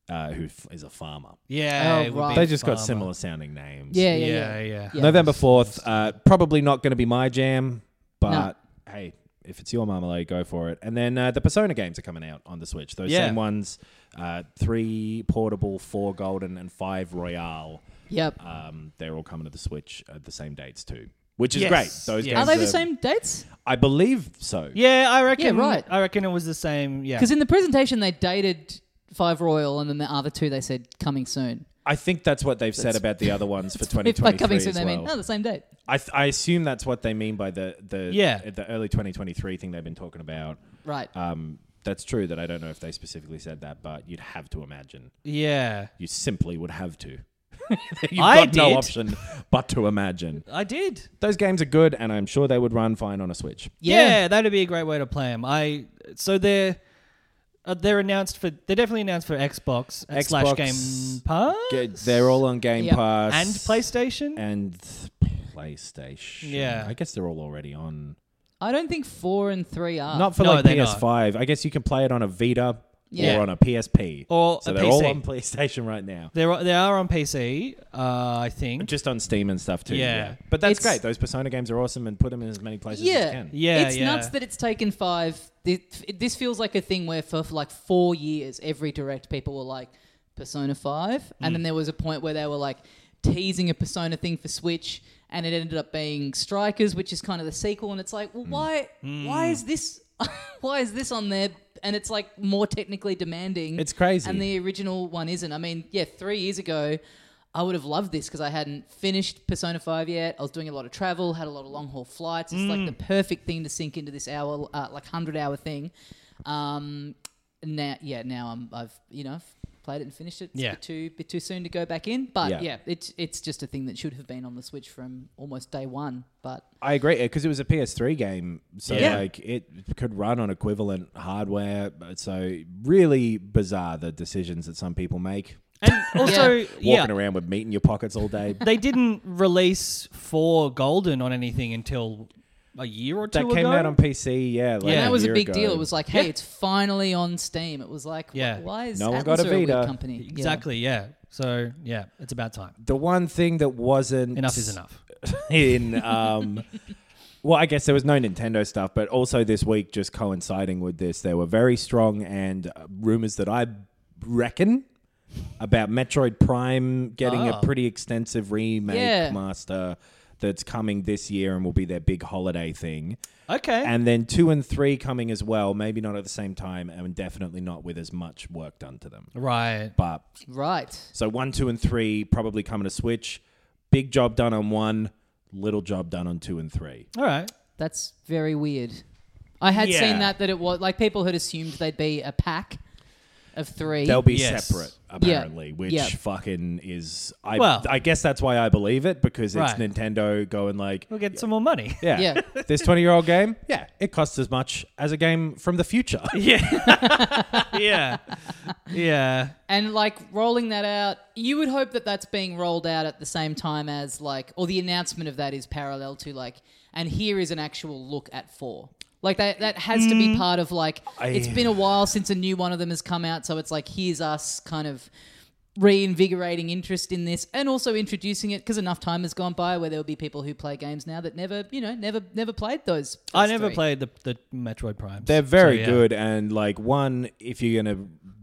Speaker 4: uh, who f- is a farmer.
Speaker 3: Yeah.
Speaker 2: Oh,
Speaker 3: it would
Speaker 2: right.
Speaker 3: be
Speaker 4: They just
Speaker 3: farmer.
Speaker 4: got similar sounding names.
Speaker 2: Yeah, yeah, yeah.
Speaker 3: Yeah, yeah.
Speaker 2: Yeah.
Speaker 4: November fourth. Uh, probably not going to be my jam, but hey, if it's your marmalade, go for it. And then uh, the Persona games are coming out on the Switch. Those
Speaker 3: Yeah.
Speaker 4: same ones: uh, three portable, four golden, and five royale.
Speaker 2: Yep.
Speaker 4: um, they're all coming to the Switch at the same dates too, which is
Speaker 3: Yes.
Speaker 4: great. Those
Speaker 3: Yes.
Speaker 4: games
Speaker 2: Are they the same dates?
Speaker 4: I believe so.
Speaker 3: Yeah, I reckon.
Speaker 2: Yeah, right.
Speaker 3: I reckon it was the same. Yeah.
Speaker 2: Because in the presentation, they dated Five Royal, and then the other two they said coming soon.
Speaker 4: I think that's what they've said about the other ones for
Speaker 2: If by
Speaker 4: 2023
Speaker 2: coming soon
Speaker 4: as
Speaker 2: they mean
Speaker 4: well. Uh,
Speaker 2: oh, the same date.
Speaker 4: I, th- I assume that's what they mean by the the
Speaker 3: Yeah.
Speaker 4: uh, the early 2023 thing they've been talking about.
Speaker 2: Right.
Speaker 4: Um, that's true. That I don't know if they specifically said that, but you'd have to imagine.
Speaker 3: yeah.
Speaker 4: You simply would have to. You've
Speaker 3: I
Speaker 4: got no
Speaker 3: did.
Speaker 4: option but to imagine.
Speaker 3: I did.
Speaker 4: Those games are good, and I'm sure they would run fine on a Switch.
Speaker 3: Yeah.
Speaker 2: yeah.
Speaker 3: that'd be a great way to play them. I so they're uh, they're announced for they're definitely announced for Xbox, uh, slash
Speaker 4: Xbox,
Speaker 3: Game Pass
Speaker 4: Ge- They're all on Game
Speaker 2: Yeah.
Speaker 4: Pass
Speaker 3: and PlayStation.
Speaker 4: and PlayStation.
Speaker 3: Yeah.
Speaker 4: I guess they're all already on.
Speaker 2: I don't think four and three are.
Speaker 4: Not for
Speaker 3: No,
Speaker 4: like
Speaker 3: they're not.
Speaker 4: PS5. I guess you can play it on a Vita
Speaker 2: Yeah.
Speaker 4: or on a PSP.
Speaker 3: Or
Speaker 4: so
Speaker 3: a
Speaker 4: they're all
Speaker 3: PC.
Speaker 4: on PlayStation right now.
Speaker 3: They're they are on PC, uh, I think.
Speaker 4: Just on Steam and stuff too.
Speaker 3: Yeah.
Speaker 4: But that's
Speaker 2: It's-
Speaker 4: great. Those Persona games are awesome and put them in as many places as you
Speaker 2: yeah,
Speaker 4: can.
Speaker 3: Yeah,
Speaker 2: It's
Speaker 3: yeah.
Speaker 2: nuts that it's taken five. This, this feels like a thing where for, for like four years, every direct people were like Persona Five, and then there was a point where they were like teasing a Persona thing for Switch, and it ended up being Strikers, which is kind of the sequel. And it's like, well, why? Why is this? why is this on there? And it's like more technically demanding.
Speaker 4: It's crazy.
Speaker 2: And the original one isn't. I mean, yeah, three years ago, I would have loved this because I hadn't finished Persona 5 yet. I was doing a lot of travel, had a lot of long haul flights. It's like
Speaker 4: Mm.
Speaker 2: the perfect thing to sink into this hour, uh, like 100 hour thing. Um, now, yeah, now I'm, I've, you know, I've played it and finished it. It's
Speaker 3: Yeah.
Speaker 2: a bit too, bit too soon to go back in. But
Speaker 4: Yeah.
Speaker 2: yeah, it's, it's just a thing that should have been on the Switch from almost day one. But
Speaker 4: I agree because it was a PS3 game, so
Speaker 3: Yeah.
Speaker 4: like it could run on equivalent hardware. but So really bizarre the decisions that some people make.
Speaker 3: And also, yeah,
Speaker 4: Walking around with meat in your pockets all day.
Speaker 3: they didn't release four golden on anything until a year or two
Speaker 4: that came
Speaker 3: ago.
Speaker 4: out on PC. Yeah, like
Speaker 3: Yeah.
Speaker 2: that
Speaker 3: a
Speaker 2: was a
Speaker 4: year
Speaker 2: big
Speaker 4: ago.
Speaker 2: deal. It was like, hey,
Speaker 3: Yeah.
Speaker 2: it's finally on Steam. It was like, wh-
Speaker 3: Yeah.
Speaker 2: why is
Speaker 4: No
Speaker 2: no
Speaker 4: one got a
Speaker 2: a, weird
Speaker 4: Vita.
Speaker 2: company? Yeah.
Speaker 3: exactly. Yeah. So yeah, it's about time.
Speaker 4: the one thing that wasn't
Speaker 3: Enough is enough.
Speaker 4: in um well i guess there was no nintendo stuff but also this week just coinciding with this there were very strong and uh, rumors that i reckon about metroid prime getting a pretty extensive remake
Speaker 2: Yeah.
Speaker 4: master that's coming this year and will be their big holiday thing
Speaker 3: Okay.
Speaker 4: and then two and three coming as well maybe not at the same time and definitely not with as much work done to them
Speaker 3: right.
Speaker 4: but
Speaker 2: Right.
Speaker 4: so one, two, and three probably coming to Switch. Big job done on one, little job done on two and three.
Speaker 3: All right.
Speaker 2: That's very weird. I had
Speaker 4: Yeah.
Speaker 2: seen that that it was like people had assumed they'd be a pack, of three.
Speaker 4: They'll be
Speaker 3: Yes.
Speaker 4: separate,
Speaker 2: Yeah.
Speaker 4: apparently, which
Speaker 2: Yeah.
Speaker 4: fucking is. I,
Speaker 3: Well-
Speaker 4: I guess that's why I believe it because
Speaker 3: Right.
Speaker 4: it's Nintendo going like,
Speaker 3: We'll get some more money.
Speaker 4: yeah,
Speaker 2: Yeah.
Speaker 4: this 20 year old game, yeah, it costs as much as a game from the future.
Speaker 3: Yeah. yeah. Yeah.
Speaker 2: And like rolling that out, you would hope that that's being rolled out at the same time as like, or the announcement of that is parallel to like, and here is an actual look at four. Like that, that has to
Speaker 3: Mm.
Speaker 2: be part of like, it's been a while since a new one of them has come out. So it's like, here's us kind of reinvigorating interest in this and also introducing it because enough time has gone by where there will be people who play games now that never, you know, never, never played those.
Speaker 3: I
Speaker 2: those
Speaker 3: never
Speaker 2: three.
Speaker 3: played the, the Metroid Primes.
Speaker 4: They're very
Speaker 3: So, yeah.
Speaker 4: good, and like one, if you're gonna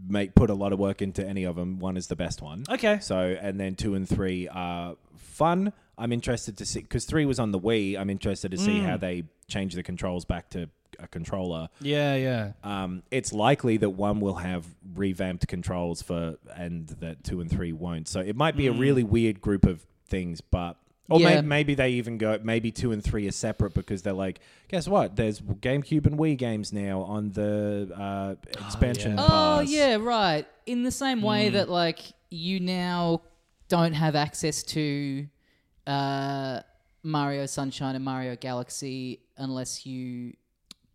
Speaker 4: make put a lot of work into any of them, one is the best one.
Speaker 3: Okay.
Speaker 4: So, and then two and three are fun. I'm interested to see because three was on the Wii. I'm interested to see
Speaker 3: Mm.
Speaker 4: how they change the controls back to a controller.
Speaker 3: Yeah, yeah.
Speaker 4: Um, it's likely that one will have revamped controls for, and that two and three won't. So it might be a really weird group of things, but. Or
Speaker 2: Hmm. Yeah.
Speaker 4: may- maybe they even go. Maybe two and three are separate because they're like, guess what? There's GameCube and Wii games now on the uh, expansion.
Speaker 2: Oh
Speaker 4: pass."
Speaker 2: yeah, right. In the same way
Speaker 4: Hmm.
Speaker 2: that like you now don't have access to uh, Mario Sunshine and Mario Galaxy unless you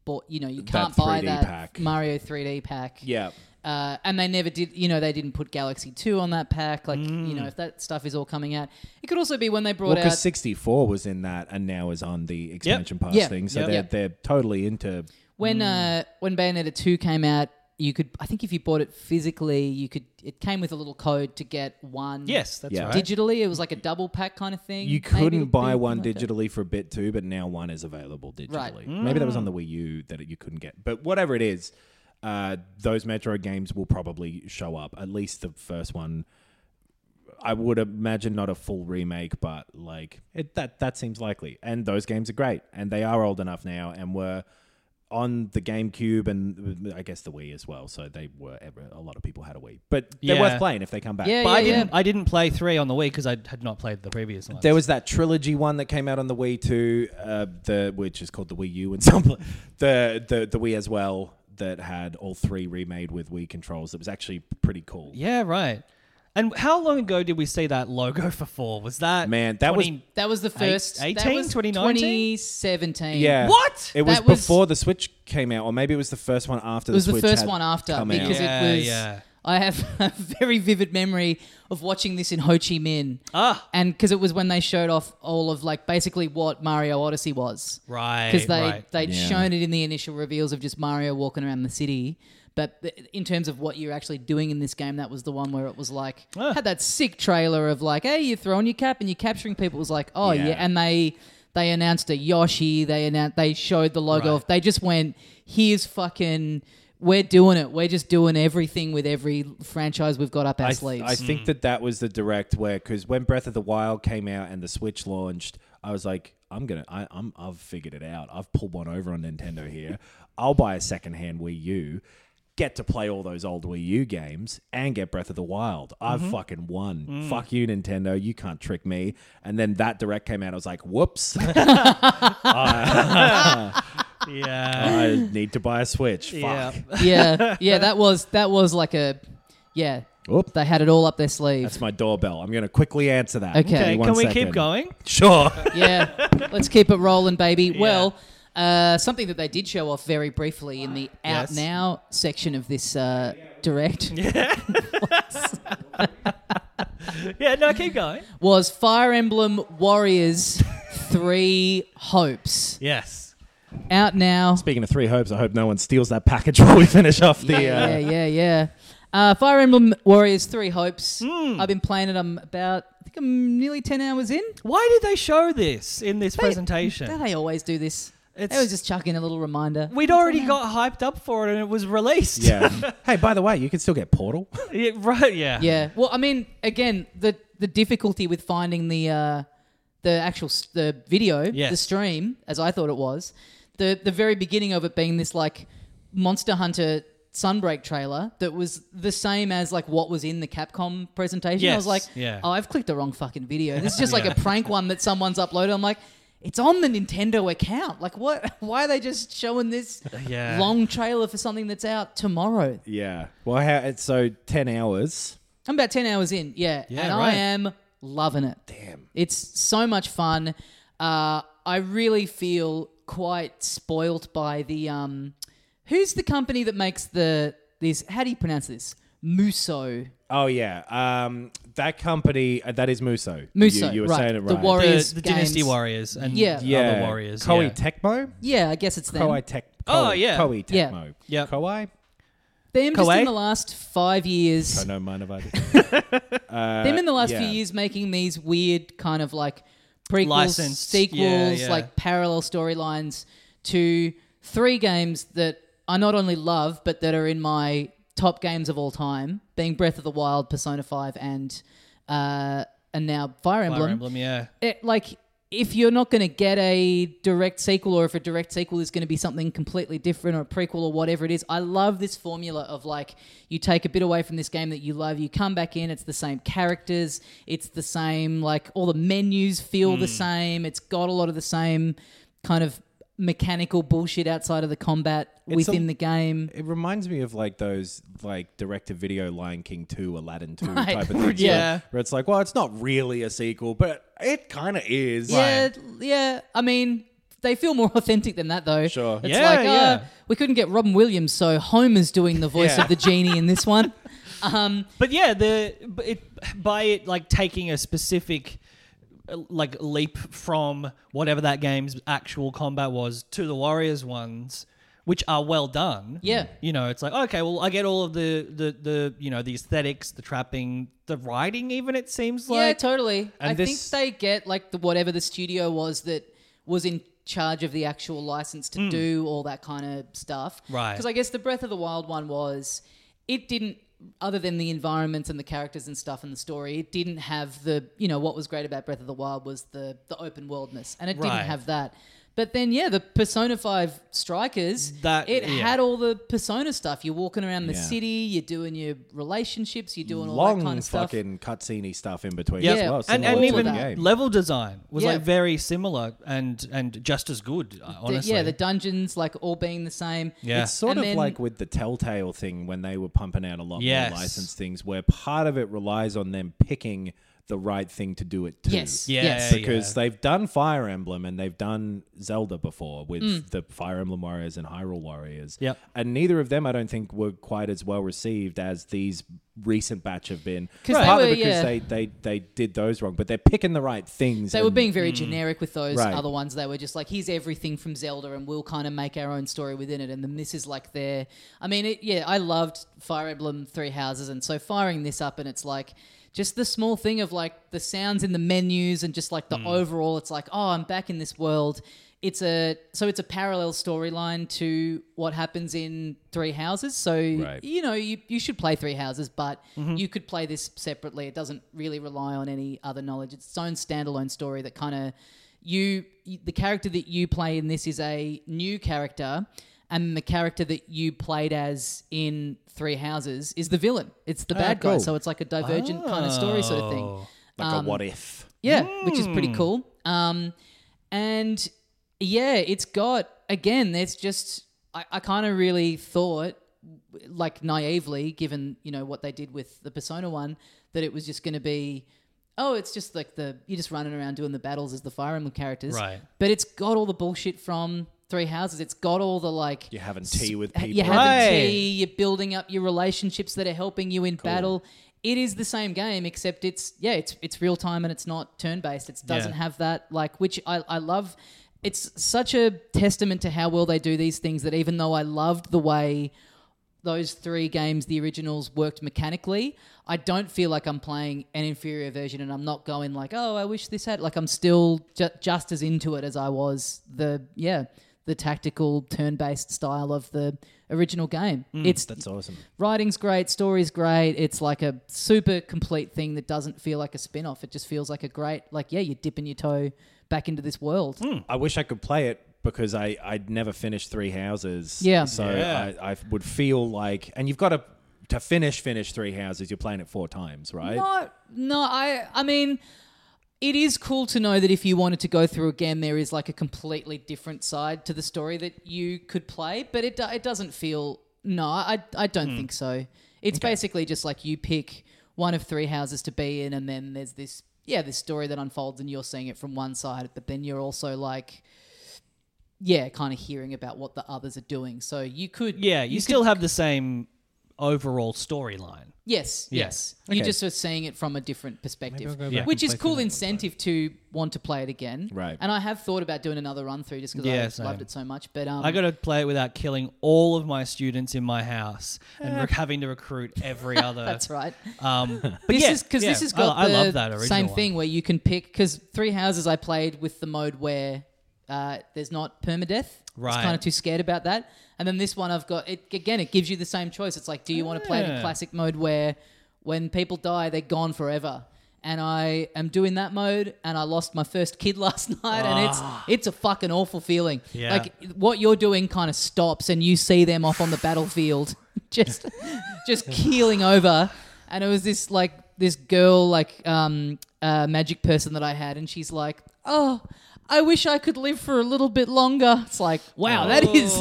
Speaker 2: bought. You know, you can't buy
Speaker 4: 3D
Speaker 2: that
Speaker 4: pack.
Speaker 2: Mario 3D pack.
Speaker 4: yeah.
Speaker 2: Uh, and they never did, you know, they didn't put Galaxy 2 on that pack. Like, you
Speaker 4: Hmm.
Speaker 2: know, if that stuff is all coming out. It could also be when they
Speaker 4: Well,
Speaker 2: brought
Speaker 4: because
Speaker 2: out.
Speaker 4: 64 was in that, and now is on the expansion pass
Speaker 2: Yep.
Speaker 4: thing. So
Speaker 2: Yep.
Speaker 4: they're
Speaker 2: Yep.
Speaker 4: they're totally into.
Speaker 2: When
Speaker 4: Hmm.
Speaker 2: uh, when Bayonetta two came out, you could I think if you bought it physically, you could it came with a little code to get one.
Speaker 3: Yes, that's
Speaker 4: Yeah.
Speaker 3: right.
Speaker 2: digitally. It was like a double pack kind of thing.
Speaker 4: You
Speaker 2: Maybe
Speaker 4: couldn't
Speaker 2: it'd
Speaker 4: buy
Speaker 2: be
Speaker 4: one
Speaker 2: like that.
Speaker 4: digitally for a bit too, but now one is available digitally.
Speaker 2: Right. Mm.
Speaker 4: Maybe that was on the Wii U that you couldn't get, but whatever it is, uh, those Metro games will probably show up. At least the first one. I would imagine not a full remake, but like it, that that seems likely. And those games are great, and they are old enough now, and were on the GameCube and I guess the Wii as well. So they were a lot of people had a Wii, but they're
Speaker 3: Yeah.
Speaker 4: worth playing if they come back.
Speaker 2: Yeah,
Speaker 3: But I
Speaker 2: yeah, yeah.
Speaker 3: didn't. I didn't play three on the Wii because I had not played the previous one.
Speaker 4: There was that trilogy one that came out on the Wii too, uh, the which is called the Wii U and some the the the Wii as well that had all three remade with Wii controls. That was actually pretty cool.
Speaker 3: yeah, right. And how long ago did we see that logo for four? Was that
Speaker 4: Man, that was-
Speaker 3: 20
Speaker 2: That was the first.
Speaker 3: Eight-
Speaker 2: that
Speaker 3: 18,
Speaker 2: was
Speaker 3: 2019?
Speaker 2: 2017.
Speaker 4: Yeah.
Speaker 3: What?
Speaker 4: It was
Speaker 2: That was-
Speaker 4: before the Switch came out, or maybe it was the first one after.
Speaker 2: It was
Speaker 4: the
Speaker 2: the
Speaker 4: Switch
Speaker 2: first
Speaker 4: had
Speaker 2: one after
Speaker 4: come out.
Speaker 2: because
Speaker 3: Yeah,
Speaker 2: it was.
Speaker 3: yeah.
Speaker 2: I have a very vivid memory of watching this in Ho Chi Minh. Ah. And because it was when they showed off all of like basically what Mario Odyssey was.
Speaker 3: Right,
Speaker 2: Because they
Speaker 3: right.
Speaker 2: they'd
Speaker 4: Yeah.
Speaker 2: shown it in the initial reveals of just Mario walking around the city. But th- in terms of what you're actually doing in this game, that was the one where it was like
Speaker 4: Ah.
Speaker 2: had that sick trailer of like, hey, you're throwing your cap and you're capturing people. It was like, oh yeah,
Speaker 4: Yeah.
Speaker 2: and they they announced a Yoshi. They announced they showed the logo.
Speaker 3: Right.
Speaker 2: Of, they just went, here's fucking, we're doing it. We're just doing everything with every franchise we've got up our
Speaker 4: I, th-
Speaker 2: sleeves.
Speaker 4: I
Speaker 3: Mm.
Speaker 4: think that that was the direct where because when Breath of the Wild came out and the Switch launched, I was like, I'm gonna, I, I'm, I've figured it out. I've pulled one over on Nintendo here. I'll buy a secondhand Wii U, get to play all those old Wii U games, and get Breath of the Wild. I've fucking won.
Speaker 3: Mm.
Speaker 4: Fuck you, Nintendo. You can't trick me. And then that direct came out. I was like, whoops.
Speaker 3: yeah.
Speaker 4: I need to buy a Switch. Oh, Fuck.
Speaker 3: Yeah.
Speaker 2: yeah, yeah, that was that was like a, yeah,
Speaker 4: Oop.
Speaker 2: they had it all up their sleeve.
Speaker 4: That's my doorbell. I'm gonna quickly answer that.
Speaker 2: Okay.
Speaker 3: Okay,
Speaker 4: Give me one
Speaker 3: can we
Speaker 4: second.
Speaker 3: keep going?
Speaker 4: Sure.
Speaker 2: yeah, let's keep it rolling, baby. Well, uh, something that they did show off very briefly in the out
Speaker 3: Yes.
Speaker 2: now section of this uh, direct
Speaker 3: Yeah, no, keep going.
Speaker 2: was Fire Emblem Warriors Three Hopes
Speaker 3: Yes.
Speaker 2: out now.
Speaker 4: Speaking of three hopes, I hope no one steals that package before we finish off the. uh,
Speaker 2: yeah, yeah, yeah. Uh, Fire Emblem Warriors Three Hopes.
Speaker 3: Hmm.
Speaker 2: I've been playing it. I'm about, I think I'm nearly ten hours in.
Speaker 3: Why did they show this in this
Speaker 2: Don't
Speaker 3: presentation?
Speaker 2: they always do this?
Speaker 3: It's-
Speaker 2: they always just chuck in a little reminder.
Speaker 3: We'd already got hyped up for it and it was released.
Speaker 4: Yeah. hey, by the way, you can still get Portal.
Speaker 3: Yeah, right, yeah.
Speaker 2: Yeah. Well, I mean, again, the the difficulty with finding the uh, the actual s- the video,
Speaker 3: Yes.
Speaker 2: the stream, as I thought it was, the the very beginning of it being this like Monster Hunter Sunbreak trailer that was the same as like what was in the Capcom presentation. I was
Speaker 3: Yes,
Speaker 2: like,
Speaker 3: yeah.
Speaker 2: oh, I've clicked the wrong fucking video. This is just like a prank one that someone's uploaded. I'm like. it's on the Nintendo account. Like, what? Why are they just showing this
Speaker 3: Yeah.
Speaker 2: long trailer for something that's out tomorrow?
Speaker 4: Yeah. Well, how, it's so 10 hours.
Speaker 2: I'm about 10 hours in, yeah.
Speaker 3: Yeah,
Speaker 2: and I
Speaker 3: right.
Speaker 2: am loving it. Damn. It's so much fun. Uh, I really feel quite spoilt by the. Um, who's the company that makes the. this? How do you pronounce this? Muso.
Speaker 4: Oh, yeah. Um, that company, uh, that is Muso.
Speaker 2: Muso.
Speaker 4: You, you were
Speaker 2: right.
Speaker 4: saying it right.
Speaker 2: The
Speaker 3: The,
Speaker 2: Warriors.
Speaker 3: the Dynasty
Speaker 2: games.
Speaker 3: Warriors and
Speaker 2: Yeah.
Speaker 4: yeah.
Speaker 3: other Warriors.
Speaker 4: Koei
Speaker 3: yeah.
Speaker 4: Tecmo?
Speaker 2: Yeah, I guess it's them.
Speaker 4: Koei Tec-
Speaker 3: Oh,
Speaker 4: Koei-
Speaker 3: yeah.
Speaker 4: Koei
Speaker 2: Yeah.
Speaker 4: Tecmo.
Speaker 3: Yep.
Speaker 4: Koei?
Speaker 2: them just in
Speaker 3: Koei?
Speaker 2: the last five years.
Speaker 4: I know mine about it.
Speaker 2: them in the last few
Speaker 4: yeah.
Speaker 2: years making these weird kind of like prequels,
Speaker 3: Licensed,
Speaker 2: sequels,
Speaker 3: yeah, yeah.
Speaker 2: like parallel storylines to three games that I not only love but that are in my top games of all time, being Breath of the Wild, Persona Five, and uh, and now Fire Emblem.
Speaker 3: Fire Emblem, yeah.
Speaker 2: It, like if you're not going to get a direct sequel or if a direct sequel is going to be something completely different or a prequel or whatever it is i love this formula of like you take a bit away from this game that you love you come back in it's the same characters it's the same like all the menus feel
Speaker 4: Hmm.
Speaker 2: the same it's got a lot of the same kind of mechanical bullshit outside of the combat
Speaker 4: It's
Speaker 2: within
Speaker 4: a-
Speaker 2: the game
Speaker 4: It reminds me of like those like direct to video Lion King 2, Aladdin 2
Speaker 2: Right.
Speaker 4: type of thing.
Speaker 3: Yeah.
Speaker 4: Where, where it's like, well, it's not really a sequel, but it kind of is.
Speaker 2: Yeah, yeah. I mean, they feel more authentic than that, though.
Speaker 4: Sure.
Speaker 2: It's
Speaker 3: Yeah,
Speaker 2: like, uh,
Speaker 3: yeah.
Speaker 2: we couldn't get Robin Williams, so Homer's doing the voice
Speaker 4: Yeah.
Speaker 2: of the genie in this one.
Speaker 3: But yeah, the b- it by it like taking a specific uh, like leap from whatever that game's actual combat was to the Warriors ones, which are well done.
Speaker 2: Yeah.
Speaker 3: you know, it's like okay, well, I get all of the the the you know the aesthetics, the trapping, the writing. Even it seems
Speaker 2: yeah,
Speaker 3: like
Speaker 2: totally.
Speaker 4: And
Speaker 2: I
Speaker 4: this-
Speaker 2: think they get like the whatever the studio was that was in charge of the actual license to do all that kind of stuff.
Speaker 3: Right.
Speaker 2: Because I guess the Breath of the Wild one was it didn't other than the environments and the characters and stuff and the story, it didn't have the you know, what was great about Breath of the Wild was the the open worldness. And it
Speaker 3: Right.
Speaker 2: didn't have that. But then yeah, the Persona five strikers
Speaker 3: That-
Speaker 2: it
Speaker 3: yeah.
Speaker 2: had all the persona stuff. You're walking around the
Speaker 4: Yeah.
Speaker 2: city, you're doing your relationships, you're doing all
Speaker 4: Long
Speaker 2: that kind of stuff.
Speaker 4: fucking cutscene stuff in between
Speaker 3: Yeah,
Speaker 4: as well.
Speaker 3: and,
Speaker 4: similar
Speaker 3: and
Speaker 4: to
Speaker 3: even
Speaker 4: the game.
Speaker 3: level design was
Speaker 2: Yeah.
Speaker 3: like very similar and and just as good. uh,
Speaker 2: The-
Speaker 3: Honestly,
Speaker 2: yeah, the dungeons like all being the same.
Speaker 3: yeah.
Speaker 4: It's sort
Speaker 2: And
Speaker 4: of
Speaker 2: then-
Speaker 4: like with the Telltale thing when they were pumping out a lot
Speaker 3: Yes.
Speaker 4: more licensed things, where part of it relies on them picking the right thing to do it to.
Speaker 2: Yes.
Speaker 3: Yeah,
Speaker 2: Yes.
Speaker 4: Because they've done Fire Emblem and they've done Zelda before with
Speaker 2: Mm.
Speaker 4: the Fire Emblem Warriors and Hyrule Warriors.
Speaker 3: Yep.
Speaker 4: And neither of them, I don't think, were quite as well received as these recent batch have been.
Speaker 2: 'Cause they
Speaker 4: Partly
Speaker 2: were-
Speaker 4: because
Speaker 2: yeah.
Speaker 4: they, they, they did those wrong, but they're picking the right things.
Speaker 2: They were
Speaker 4: and-
Speaker 2: being very generic with those
Speaker 4: Right.
Speaker 2: other ones. They were just like, here's everything from Zelda, and we'll kind of make our own story within it. And then this is like their. I mean, it, yeah, I loved Fire Emblem Three Houses, and so firing this up, and it's like just the small thing of like the sounds in the menus, and just like the overall, it's like, oh, I'm back in this world. It's a so it's a parallel storyline to what happens in Three Houses. So
Speaker 4: Right.
Speaker 2: you know you, you should play Three Houses, but you could play this separately. It doesn't really rely on any other knowledge. It's its own standalone story that kind of you y- the character that you play in this is a new character, and the character that you played as in Three Houses is the villain. It's the bad guy.
Speaker 4: cool.
Speaker 2: So it's like a divergent kind of story sort of thing.
Speaker 4: like a what if.
Speaker 2: Yeah, which is pretty cool. Um, and yeah, it's got again. There's just I, I kind of really thought, like naively, given you know what they did with the Persona one, that it was just going to be, oh, it's just like the you're just running around doing the battles as the Fire Emblem characters,
Speaker 3: Right.
Speaker 2: But it's got all the bullshit from Three Houses. It's got all the like
Speaker 4: You're having tea with people.
Speaker 2: you're having
Speaker 3: Right.
Speaker 2: tea, you're building up your relationships that are helping you in battle. It is the same game, except it's yeah, it's it's real time and it's not turn based. It doesn't
Speaker 3: Yeah.
Speaker 2: have that like which I, I love. It's such a testament to how well they do these things that even though I loved the way those three games, the originals, worked mechanically, I don't feel like I'm playing an inferior version and I'm not going like, oh, I wish this had. Like, I'm still ju- just as into it as I was the, yeah, the tactical turn based style of the original game. it's
Speaker 4: Mm, That's awesome.
Speaker 2: writing's great, story's great. It's like a super complete thing that doesn't feel like a spin off. It just feels like a great, like, yeah, you're dipping your toe back into this world.
Speaker 4: I wish I could play it because I I'd never finished Three Houses.
Speaker 2: Yeah.
Speaker 4: So
Speaker 3: Yeah.
Speaker 4: I, I would feel like, and you've got to to finish finish Three Houses. You're playing it four times, right?
Speaker 2: No, no, I I mean it is cool to know that if you wanted to go through again, there is like a completely different side to the story that you could play, but it, do- it doesn't feel. No, I, I
Speaker 3: Hmm.
Speaker 2: don't think so. It's basically just like you pick one of three houses to be in, and then there's this, yeah, this story that unfolds, and you're seeing it from one side, but then you're also like, yeah, kind of hearing about what the others are doing. So you could.
Speaker 3: Yeah, you,
Speaker 2: could-
Speaker 3: still have the same overall storyline.
Speaker 2: Yes,
Speaker 3: Yeah.
Speaker 2: yes. You just are seeing it from a different perspective,
Speaker 4: go
Speaker 3: back
Speaker 2: which is cool incentive to want to play it again.
Speaker 4: Right.
Speaker 2: And I have thought about doing another run through just because
Speaker 3: Yeah,
Speaker 2: I
Speaker 3: same.
Speaker 2: loved it so much. But um,
Speaker 3: I got to play it without killing all of my students in my house and rec- having to recruit every other.
Speaker 2: that's right.
Speaker 3: Um, but
Speaker 2: This
Speaker 3: yeah,
Speaker 2: is because
Speaker 3: yeah,
Speaker 2: this has got
Speaker 3: I,
Speaker 2: the
Speaker 3: I love that original
Speaker 2: same
Speaker 3: one.
Speaker 2: thing where you can pick because three houses I played with the mode where uh, there's not permadeath.
Speaker 3: Right.
Speaker 2: It's kind of too scared about that. And then this one I've got it again. It gives you the same choice. It's like, do you want to play it in
Speaker 3: Yeah.
Speaker 2: classic mode where when people die they're gone forever? And I am doing that mode, and I lost my first kid last night, and it's it's a fucking awful feeling.
Speaker 3: Ah. Yeah.
Speaker 2: Like what you're doing kind of stops and you see them off on the battlefield just just keeling over and it was this like this girl like um uh, magic person that i had and she's like oh i wish i could live for a little bit longer it's like wow that is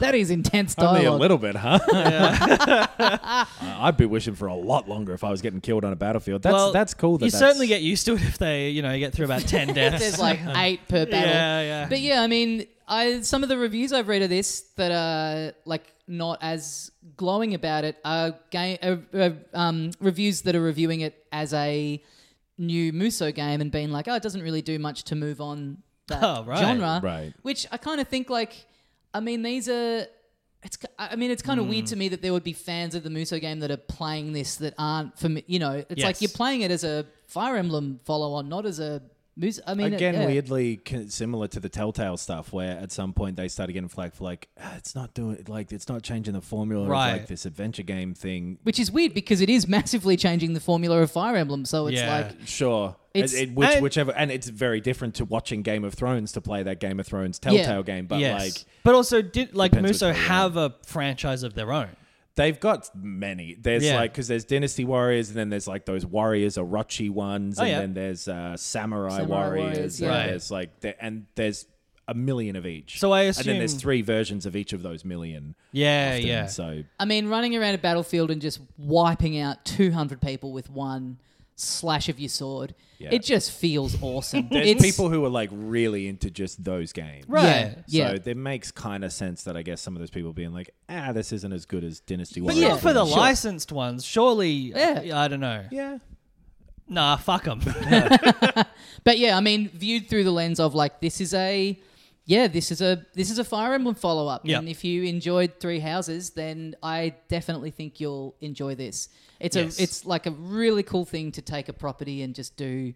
Speaker 2: that is intense
Speaker 4: Only a
Speaker 2: dialogue
Speaker 4: little bit, huh? I- I'd be wishing for a lot longer if I was getting killed on a battlefield. That's
Speaker 3: Well,
Speaker 4: that's cool. That
Speaker 3: you
Speaker 4: that's-
Speaker 3: certainly get used to it if they, you know, you get through about ten deaths.
Speaker 2: there's like eight per battle
Speaker 3: Yeah, yeah.
Speaker 2: but yeah i mean i some of the reviews i've read of this that are like not as glowing about it are game uh, uh, um, reviews that are reviewing it as a new Muso game and being like, oh, it doesn't really do much to move on that
Speaker 3: Oh, right.
Speaker 2: genre.
Speaker 4: Right.
Speaker 2: Which I kind of think like, I mean, these are. It's, ki- I mean, it's kind of weird to me that there would be fans of the Muso game that are playing this that aren't for me. You know, it's like
Speaker 3: Yes.
Speaker 2: you're playing it as a Fire Emblem follow-on, not as a Muso. I mean, it-
Speaker 4: Again,
Speaker 2: yeah.
Speaker 4: weirdly con- similar to the Telltale stuff, where at some point they started getting flagged for like "Ah, it's not doing like it's not changing the formula of
Speaker 3: Right.
Speaker 4: like this adventure game thing.
Speaker 2: Which is weird because it is massively changing the formula of Fire Emblem. So it's
Speaker 3: Yeah.
Speaker 2: like,
Speaker 4: Sure,
Speaker 2: It's-
Speaker 4: It- it- which,
Speaker 3: and-
Speaker 4: whichever, and it's very different to watching Game of Thrones to play that Game of Thrones Telltale game, but
Speaker 3: yes.
Speaker 4: like
Speaker 3: but also, did like
Speaker 4: Depends which
Speaker 3: Muso
Speaker 4: way you
Speaker 3: have a franchise of their own?
Speaker 4: They've got many. There's
Speaker 3: Yeah.
Speaker 4: like because there's Dynasty Warriors, and then there's like those Warriors Orochi ones,
Speaker 3: Oh,
Speaker 4: and
Speaker 3: yeah.
Speaker 4: then there's uh, Samurai,
Speaker 2: Samurai
Speaker 4: Warriors.
Speaker 2: Warriors,
Speaker 4: and
Speaker 3: yeah. Right.
Speaker 4: There's like the- and there's a million of each.
Speaker 3: So I
Speaker 4: and then there's
Speaker 3: assume-
Speaker 4: three versions of each of those million.
Speaker 3: Yeah,
Speaker 4: often,
Speaker 3: yeah.
Speaker 4: So
Speaker 2: I mean, running around a battlefield and just wiping out 200 people with one slash of your sword,
Speaker 4: Yeah.
Speaker 2: it just feels awesome.
Speaker 4: there's
Speaker 2: it's,
Speaker 4: people who are like really into just those games.
Speaker 3: Right.
Speaker 2: Yeah, yeah.
Speaker 4: So it makes kind of sense that I guess some of those people being like, ah, this isn't as good as Dynasty
Speaker 3: But
Speaker 4: Warriors.
Speaker 3: not for the
Speaker 4: Sure.
Speaker 3: licensed ones, surely.
Speaker 2: Yeah.
Speaker 3: I don't know.
Speaker 4: Yeah.
Speaker 3: Nah, fuck them.
Speaker 2: but yeah, I mean, viewed through the lens of like, this is a. Yeah, this is a this is a Fire Emblem follow up,
Speaker 3: Yeah.
Speaker 2: and if you enjoyed Three Houses, then I definitely think you'll enjoy this. It's
Speaker 3: Yes.
Speaker 2: a it's like a really cool thing to take a property and just do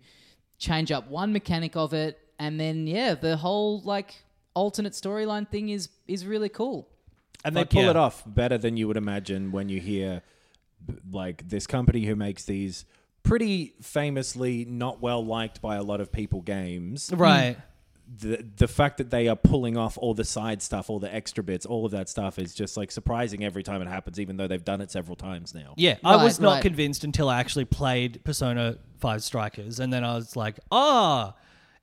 Speaker 2: change up one mechanic of it, and then yeah, the whole like alternate storyline thing is is really cool.
Speaker 4: And they
Speaker 3: Fuck
Speaker 4: pull
Speaker 3: yeah.
Speaker 4: it off better than you would imagine when you hear b- like this company who makes these pretty famously not well liked by a lot of people games.
Speaker 3: right.
Speaker 4: The, the fact that they are pulling off all the side stuff, all the extra bits, all of that stuff is just like surprising every time it happens, even though they've done it several times now.
Speaker 3: Yeah, I
Speaker 2: Right,
Speaker 3: was not
Speaker 2: right.
Speaker 3: convinced until I actually played Persona 5 Strikers, and then I was like, ah,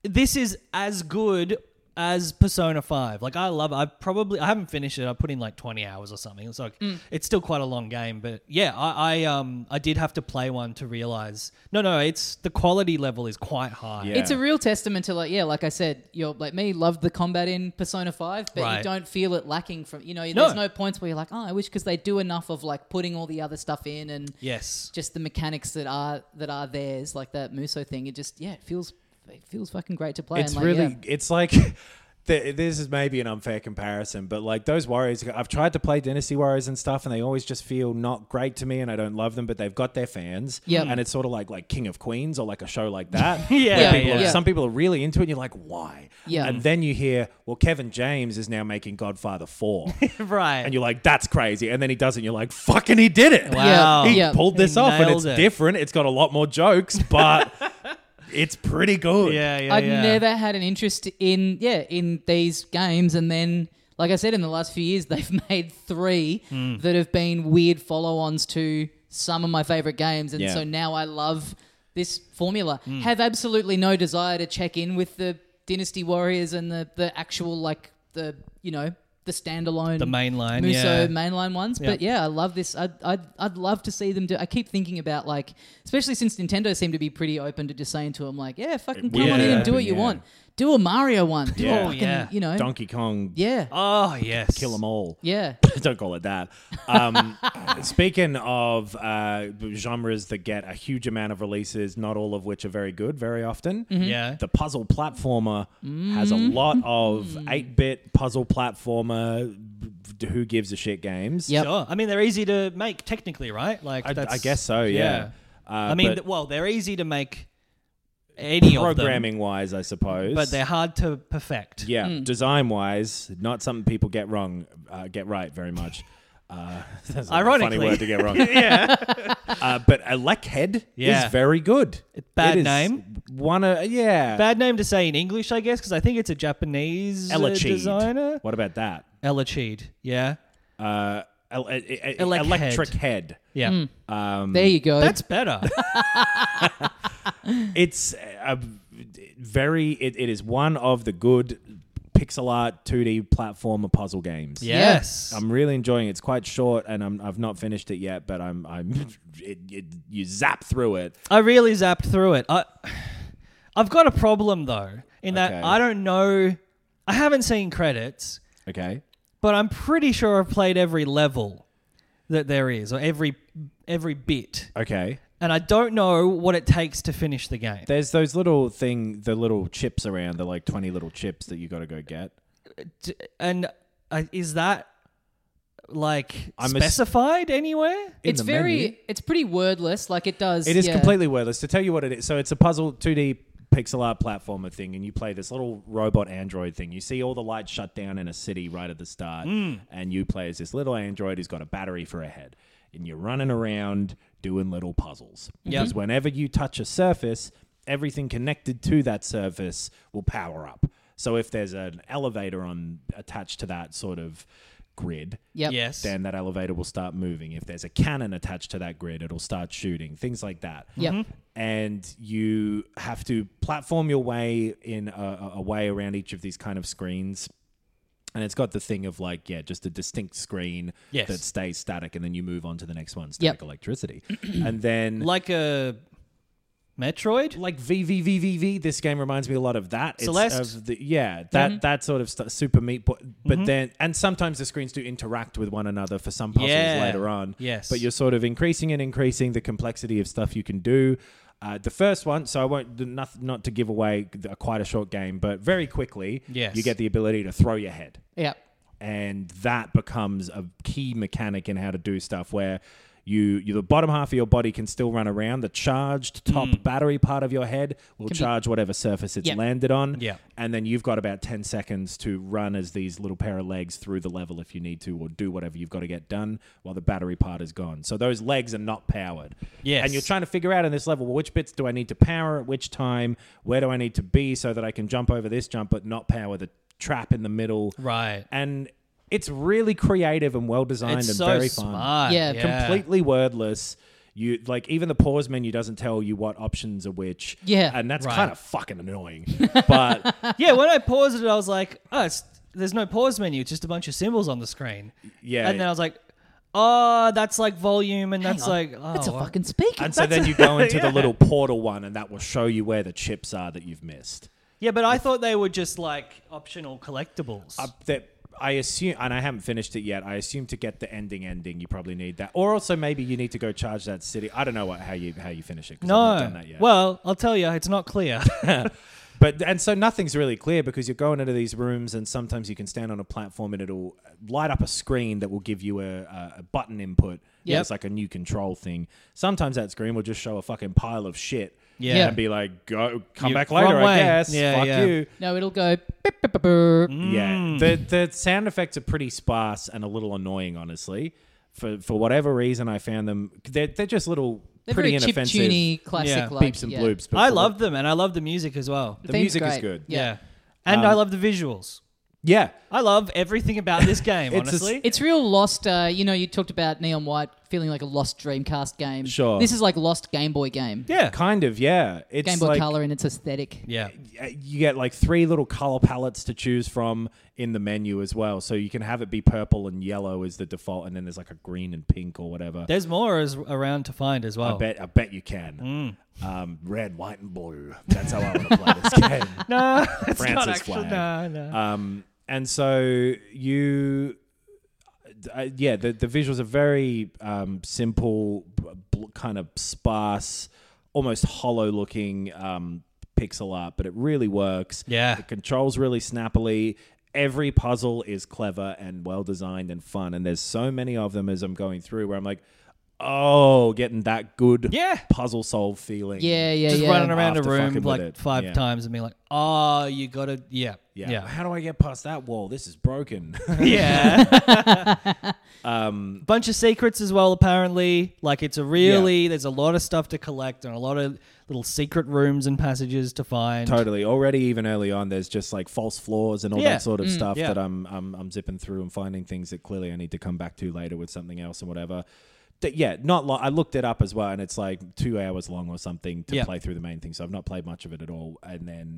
Speaker 3: this is as good as Persona 5. Like, I love I probably, I haven't finished it. I put in like 20 hours or something. It's like,
Speaker 2: Mm.
Speaker 3: it's still quite a long game, but yeah, I, I, um, I did have to play one to realize, no, no, it's the quality level is quite high.
Speaker 4: Yeah.
Speaker 2: It's a real testament to like, yeah, like I said, you're like me, loved the combat in Persona Five, but you
Speaker 3: Right.
Speaker 2: don't feel it lacking from you know.
Speaker 3: No.
Speaker 2: There's no points where you're like, oh, I wish because they do enough of like putting all the other stuff in and
Speaker 3: Yes.
Speaker 2: just the mechanics that are that are theirs, like that Muso thing. It just yeah, it feels it feels fucking great to play.
Speaker 4: It's
Speaker 2: and like,
Speaker 4: really,
Speaker 2: yeah.
Speaker 4: it's like, th- this is maybe an unfair comparison, but like those Warriors, I've tried to play Dynasty Warriors and stuff, and they always just feel not great to me, and I don't love them, but they've got their fans.
Speaker 2: Yep.
Speaker 4: And it's sort of like like King of Queens or like a show like that.
Speaker 3: Yeah,
Speaker 4: where
Speaker 3: yeah,
Speaker 4: people are-
Speaker 2: yeah.
Speaker 4: Some people are really into it, and you're like, why?
Speaker 2: Yeah.
Speaker 4: And then you hear, well, Kevin James is now making Godfather 4.
Speaker 3: Right.
Speaker 4: And you're like, that's crazy. And then he does it. And you're like, fucking, he did it.
Speaker 3: Wow.
Speaker 4: He
Speaker 2: Yeah.
Speaker 4: pulled
Speaker 3: He
Speaker 4: this off and
Speaker 3: nailed
Speaker 4: it's
Speaker 3: it.
Speaker 4: different. It's got a lot more jokes, but it's pretty good.
Speaker 3: yeah, yeah,
Speaker 2: I'd
Speaker 3: yeah.
Speaker 2: never had an interest in yeah in these games, and then like I said, in the last few years, they've made three
Speaker 3: Hmm.
Speaker 2: that have been weird follow-ons to some of my favorite games, and
Speaker 4: Yeah.
Speaker 2: so now I love this formula
Speaker 3: Hmm.
Speaker 2: have absolutely no desire to check in with the Dynasty Warriors and the the actual like the you know the standalone
Speaker 3: The mainline,
Speaker 2: Muso
Speaker 3: yeah.
Speaker 2: mainline ones. But yeah, I love this. I'd, I'd I'd love to see them do. I keep thinking about like especially since Nintendo seemed to be pretty open to just saying to them like, yeah, fucking come
Speaker 4: will
Speaker 2: on in and do
Speaker 4: happen,
Speaker 2: what you
Speaker 4: yeah.
Speaker 2: want. Do a Mario one. Do
Speaker 4: Yeah.
Speaker 2: a
Speaker 4: Oh,
Speaker 2: fucking,
Speaker 3: yeah.
Speaker 2: you know.
Speaker 4: Donkey Kong,
Speaker 2: yeah.
Speaker 3: Oh yes,
Speaker 4: kill them all.
Speaker 2: yeah.
Speaker 4: Don't call it that. Um, speaking of uh, genres that get a huge amount of releases, not all of which are very good very often.
Speaker 3: Mm-hmm.
Speaker 2: Hmm?
Speaker 3: Yeah. Mm-hmm.
Speaker 4: The puzzle platformer has a lot of 8 bit puzzle platformer, b- who gives a shit games.
Speaker 2: Yep.
Speaker 3: Sure. I mean, they're easy to make technically, right? Like,
Speaker 4: I,
Speaker 3: that's,
Speaker 4: I guess so, yeah. Uh,
Speaker 3: I mean,
Speaker 4: but
Speaker 3: th- well, they're easy to make any
Speaker 4: programming wise, I
Speaker 3: of them,
Speaker 4: suppose.
Speaker 3: but they're hard to perfect.
Speaker 4: Yeah, design wise, not something people get wrong, uh, get right very much. Uh, that's a
Speaker 3: Ironically.
Speaker 4: funny word to get wrong. yeah, uh, but uh, Leckhead
Speaker 3: Yeah.
Speaker 4: is very good.
Speaker 3: bad
Speaker 4: It is
Speaker 3: name.
Speaker 4: One, uh, yeah,
Speaker 3: Bad name to say in English, I guess, because I think it's a Japanese uh,
Speaker 4: Elachid.
Speaker 3: designer.
Speaker 4: What about that?
Speaker 3: Elachid. Yeah.
Speaker 4: Uh, el- e- e- e-
Speaker 3: Elec
Speaker 4: electric
Speaker 3: Head.
Speaker 4: head.
Speaker 3: Yeah.
Speaker 4: Um,
Speaker 2: There you go.
Speaker 3: That's better.
Speaker 4: It's a very. It, it is one of the good pixel art 2D platformer puzzle games.
Speaker 3: yes.
Speaker 4: I'm really enjoying it. It's quite short, and I'm, I've not finished it yet, but I'm I'm it, it, you zap through it.
Speaker 3: I really zapped through it. I, I've got a problem though, in that
Speaker 4: Okay.
Speaker 3: I don't know. I haven't seen credits,
Speaker 4: Okay.
Speaker 3: but I'm pretty sure I've played every level that there is, or every every bit,
Speaker 4: Okay.
Speaker 3: and I don't know what it takes to finish the game.
Speaker 4: There's those little thing, the little chips around, the like 20 little chips that you got to go get.
Speaker 3: D- and uh, is that like
Speaker 4: I'm ass-
Speaker 3: specified anywhere?
Speaker 4: In
Speaker 2: it's
Speaker 4: the
Speaker 2: very.
Speaker 4: menu.
Speaker 2: It's pretty wordless. Like it does.
Speaker 4: It is
Speaker 2: yeah.
Speaker 4: completely worthless. To tell you what it is, so it's a puzzle 2D pixel art platformer thing, and you play this little robot android thing. You see all the lights shut down in a city right at the start, and you play as this little android who's got a battery for a head, and you're running around doing little puzzles.
Speaker 3: Yeah.
Speaker 4: Because whenever you touch a surface, everything connected to that surface will power up. So if there's an elevator on attached to that sort of grid,
Speaker 2: Yep.
Speaker 3: Yes.
Speaker 4: then that elevator will start moving. If there's a cannon attached to that grid, it'll start shooting, things like that.
Speaker 2: Yep. Mhm.
Speaker 4: And you have to platform your way in a, a way around each of these kind of screens. And it's got the thing of like, yeah, just a distinct screen
Speaker 3: Yes.
Speaker 4: that stays static, and then you move on to the next one, static
Speaker 2: Yep.
Speaker 4: electricity. and then
Speaker 3: like a Metroid.
Speaker 4: like VVVVV. This game reminds me a lot of that. It's
Speaker 3: Celeste? Mm-hmm.
Speaker 4: of the, yeah, that that sort of stuff. Super Meat Boy. But then, and sometimes the screens do interact with one another for some puzzles
Speaker 3: Yeah.
Speaker 4: later on.
Speaker 3: Yes.
Speaker 4: but you're sort of increasing and increasing the complexity of stuff you can do. Uh, the first one, so I won't not, not to give away the, quite a short game, but very quickly,
Speaker 3: Yes.
Speaker 4: you get the ability to throw your head
Speaker 2: Yep.
Speaker 4: and that becomes a key mechanic in how to do stuff where you, you the bottom half of your body can still run around the charged top battery part of your head will charge whatever surface it's
Speaker 2: Yep.
Speaker 4: landed on
Speaker 3: Yeah.
Speaker 4: and then you've got about 10 seconds to run as these little pair of legs through the level if you need to or do whatever you've got to get done while the battery part is gone so those legs are not powered
Speaker 3: Yes.
Speaker 4: and you're trying to figure out in this level well, which bits do i need to power at which time where do i need to be so that i can jump over this jump but not power the trap in the middle
Speaker 3: Right.
Speaker 4: and it's really creative and well designed
Speaker 3: It's
Speaker 4: and
Speaker 3: so
Speaker 4: very fun.
Speaker 3: smart.
Speaker 2: Yeah,
Speaker 4: Completely wordless. You like even the pause menu doesn't tell you what options are which.
Speaker 2: Yeah.
Speaker 4: and that's
Speaker 3: Right.
Speaker 4: kind of fucking annoying. but
Speaker 3: yeah, when I paused it, I was like, oh, it's, there's no pause menu. It's just a bunch of symbols on the screen.
Speaker 4: Yeah.
Speaker 3: And then I was like, oh, that's like volume, and that's
Speaker 2: on.
Speaker 3: like, oh,
Speaker 2: That's a
Speaker 3: wow.
Speaker 2: fucking speaker.
Speaker 4: and so then you go into the little portal one, and that will show you where the chips are that you've missed.
Speaker 3: Yeah, but I thought they were just like optional collectibles.
Speaker 4: Uh, That I assume, and I haven't finished it yet. I assume to get the ending, ending, you probably need that, or also maybe you need to go charge that city. I don't know what, how you how you finish it. 'cause I've
Speaker 3: no.
Speaker 4: not done that yet.
Speaker 3: Well, I'll tell you, it's not clear.
Speaker 4: But and so nothing's really clear because you're going into these rooms and sometimes you can stand on a platform and it'll light up a screen that will give you a, a, a button input.
Speaker 2: Yep.
Speaker 4: it's like a new control thing. Sometimes that screen will just show a fucking pile of shit.
Speaker 3: Yeah. Yeah.
Speaker 4: and be like, go come
Speaker 3: You-
Speaker 4: back later.
Speaker 3: wrong way.
Speaker 4: I guess.
Speaker 3: Yeah,
Speaker 4: Fuck
Speaker 3: yeah.
Speaker 4: you.
Speaker 2: no, it'll go. beep, beep, beep, beep.
Speaker 4: Mm.
Speaker 3: Mm.
Speaker 4: Yeah, the the sound effects are pretty sparse and a little annoying, honestly. For for whatever reason, I found them. They're they're just little
Speaker 2: They're
Speaker 4: pretty
Speaker 2: very
Speaker 4: inoffensive
Speaker 2: chiptuney, classic
Speaker 3: Yeah.
Speaker 2: like
Speaker 4: beeps and
Speaker 2: yeah.
Speaker 4: bloops. But
Speaker 3: I
Speaker 4: for
Speaker 3: love them, and I love the music as well.
Speaker 4: the, the
Speaker 2: Theme's
Speaker 4: music is
Speaker 2: great.
Speaker 4: good.
Speaker 2: Yeah.
Speaker 3: And
Speaker 4: Um,
Speaker 3: I love the visuals.
Speaker 4: yeah.
Speaker 3: I love everything about this game,
Speaker 4: It's a s-
Speaker 3: honestly.
Speaker 2: It's real lost. Uh, you know, you talked about neon white feeling like a lost Dreamcast game.
Speaker 4: Sure.
Speaker 2: This is like lost Game Boy game.
Speaker 3: Yeah.
Speaker 4: Kind of, yeah. It's
Speaker 2: Game Boy
Speaker 4: like, uh,
Speaker 2: Color in its aesthetic.
Speaker 3: Yeah.
Speaker 4: you get like three little color palettes to choose from in the menu as well. So you can have it be purple and yellow is the default, and then there's like a green and pink or whatever.
Speaker 3: There's more as, around to find as well.
Speaker 4: I bet I bet you can.
Speaker 3: Mm.
Speaker 4: Um, red, white, and blue. That's how I want to play this game.
Speaker 3: No, it's
Speaker 4: Francis
Speaker 3: not actually. No,
Speaker 4: flag.
Speaker 3: no.
Speaker 4: Um, and so you, uh, yeah, the the visuals are very um, simple, b- bl- kind of sparse, almost hollow looking um, pixel art, but it really works.
Speaker 3: Yeah.
Speaker 4: it controls really snappily. Every puzzle is clever and well designed and fun, and there's so many of them as I'm going through where I'm like, oh, getting that good
Speaker 3: Yeah.
Speaker 4: puzzle solve feeling.
Speaker 2: Yeah, yeah,
Speaker 3: Just
Speaker 2: yeah.
Speaker 3: running around
Speaker 4: After
Speaker 3: a room
Speaker 4: fucking with
Speaker 3: like
Speaker 4: it.
Speaker 3: five
Speaker 4: Yeah.
Speaker 3: times and being like, oh, you gotta, yeah,
Speaker 4: yeah.
Speaker 3: yeah,
Speaker 4: How do I get past that wall? This is broken.
Speaker 3: yeah.
Speaker 4: Um,
Speaker 3: bunch of secrets as well. Apparently, like it's a really there's a lot of stuff to collect and a lot of little secret rooms and passages to find.
Speaker 4: Totally. Already, even early on, there's just like false floors and all
Speaker 3: Yeah. Mm.
Speaker 4: that sort of stuff
Speaker 3: yeah.
Speaker 4: that I'm, I'm I'm zipping through and finding things that clearly I need to come back to later with something else and whatever. That- yeah, not. Lo- I looked it up as well, and it's like two hours long or something to
Speaker 3: Yeah.
Speaker 4: play through the main thing. So I've not played much of it at all, and then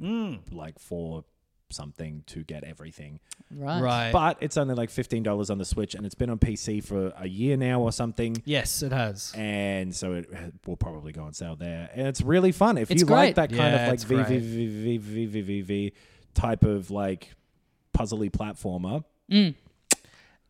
Speaker 3: Mm.
Speaker 4: like four something to get everything.
Speaker 2: Right.
Speaker 3: Right.
Speaker 4: But it's only like fifteen dollars on the Switch, and it's been on PC for a year now or something.
Speaker 3: yes, it has.
Speaker 4: And so it will probably go on sale there. And it's really fun. If
Speaker 2: It's
Speaker 4: you like
Speaker 2: great.
Speaker 4: that kind
Speaker 3: Yeah,
Speaker 4: of like
Speaker 3: it's
Speaker 4: V V
Speaker 3: great.
Speaker 4: V V V V V V type of like puzzly platformer.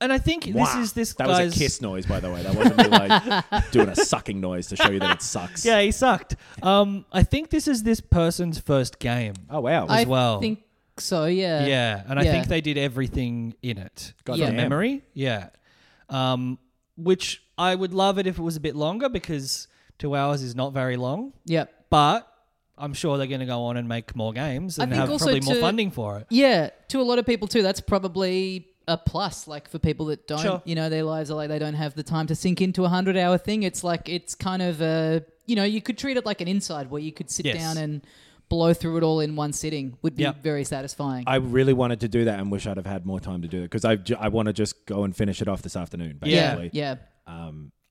Speaker 3: And I think this
Speaker 4: Mwah.
Speaker 3: is this
Speaker 4: That
Speaker 3: guy's
Speaker 4: was a kiss noise, by the way. That wasn't me like doing a sucking noise to show you that it sucks.
Speaker 3: Yeah, he sucked. Um, I think this is this person's first game.
Speaker 4: Oh wow.
Speaker 2: I
Speaker 3: as well.
Speaker 2: think so, yeah.
Speaker 3: yeah, and I
Speaker 2: yeah.
Speaker 3: think they did everything in it.
Speaker 4: God
Speaker 2: Yeah.
Speaker 3: from
Speaker 4: damn.
Speaker 3: memory. Yeah. Um, which I would love it if it was a bit longer because two hours is not very long.
Speaker 2: Yep.
Speaker 3: But I'm sure they're going to go on and make more games
Speaker 2: I
Speaker 3: and
Speaker 2: think
Speaker 3: have
Speaker 2: also
Speaker 3: probably more
Speaker 2: to-
Speaker 3: funding for it.
Speaker 2: Yeah, to a lot of people too. That's probably a plus. Like for people that don't,
Speaker 3: Sure.
Speaker 2: you know, their lives are like they don't have the time to sink into a hundred hour thing. It's like it's kind of a, you know, you could treat it like an inside where you could sit
Speaker 3: Yes.
Speaker 2: down and blow through it all in one sitting. Would be
Speaker 3: Yep.
Speaker 2: very satisfying.
Speaker 4: I really wanted to do that and wish I'd have had more time to do it because I, ju- I want to just go and finish it off this afternoon.
Speaker 2: yeah,
Speaker 4: Basically.
Speaker 2: yeah.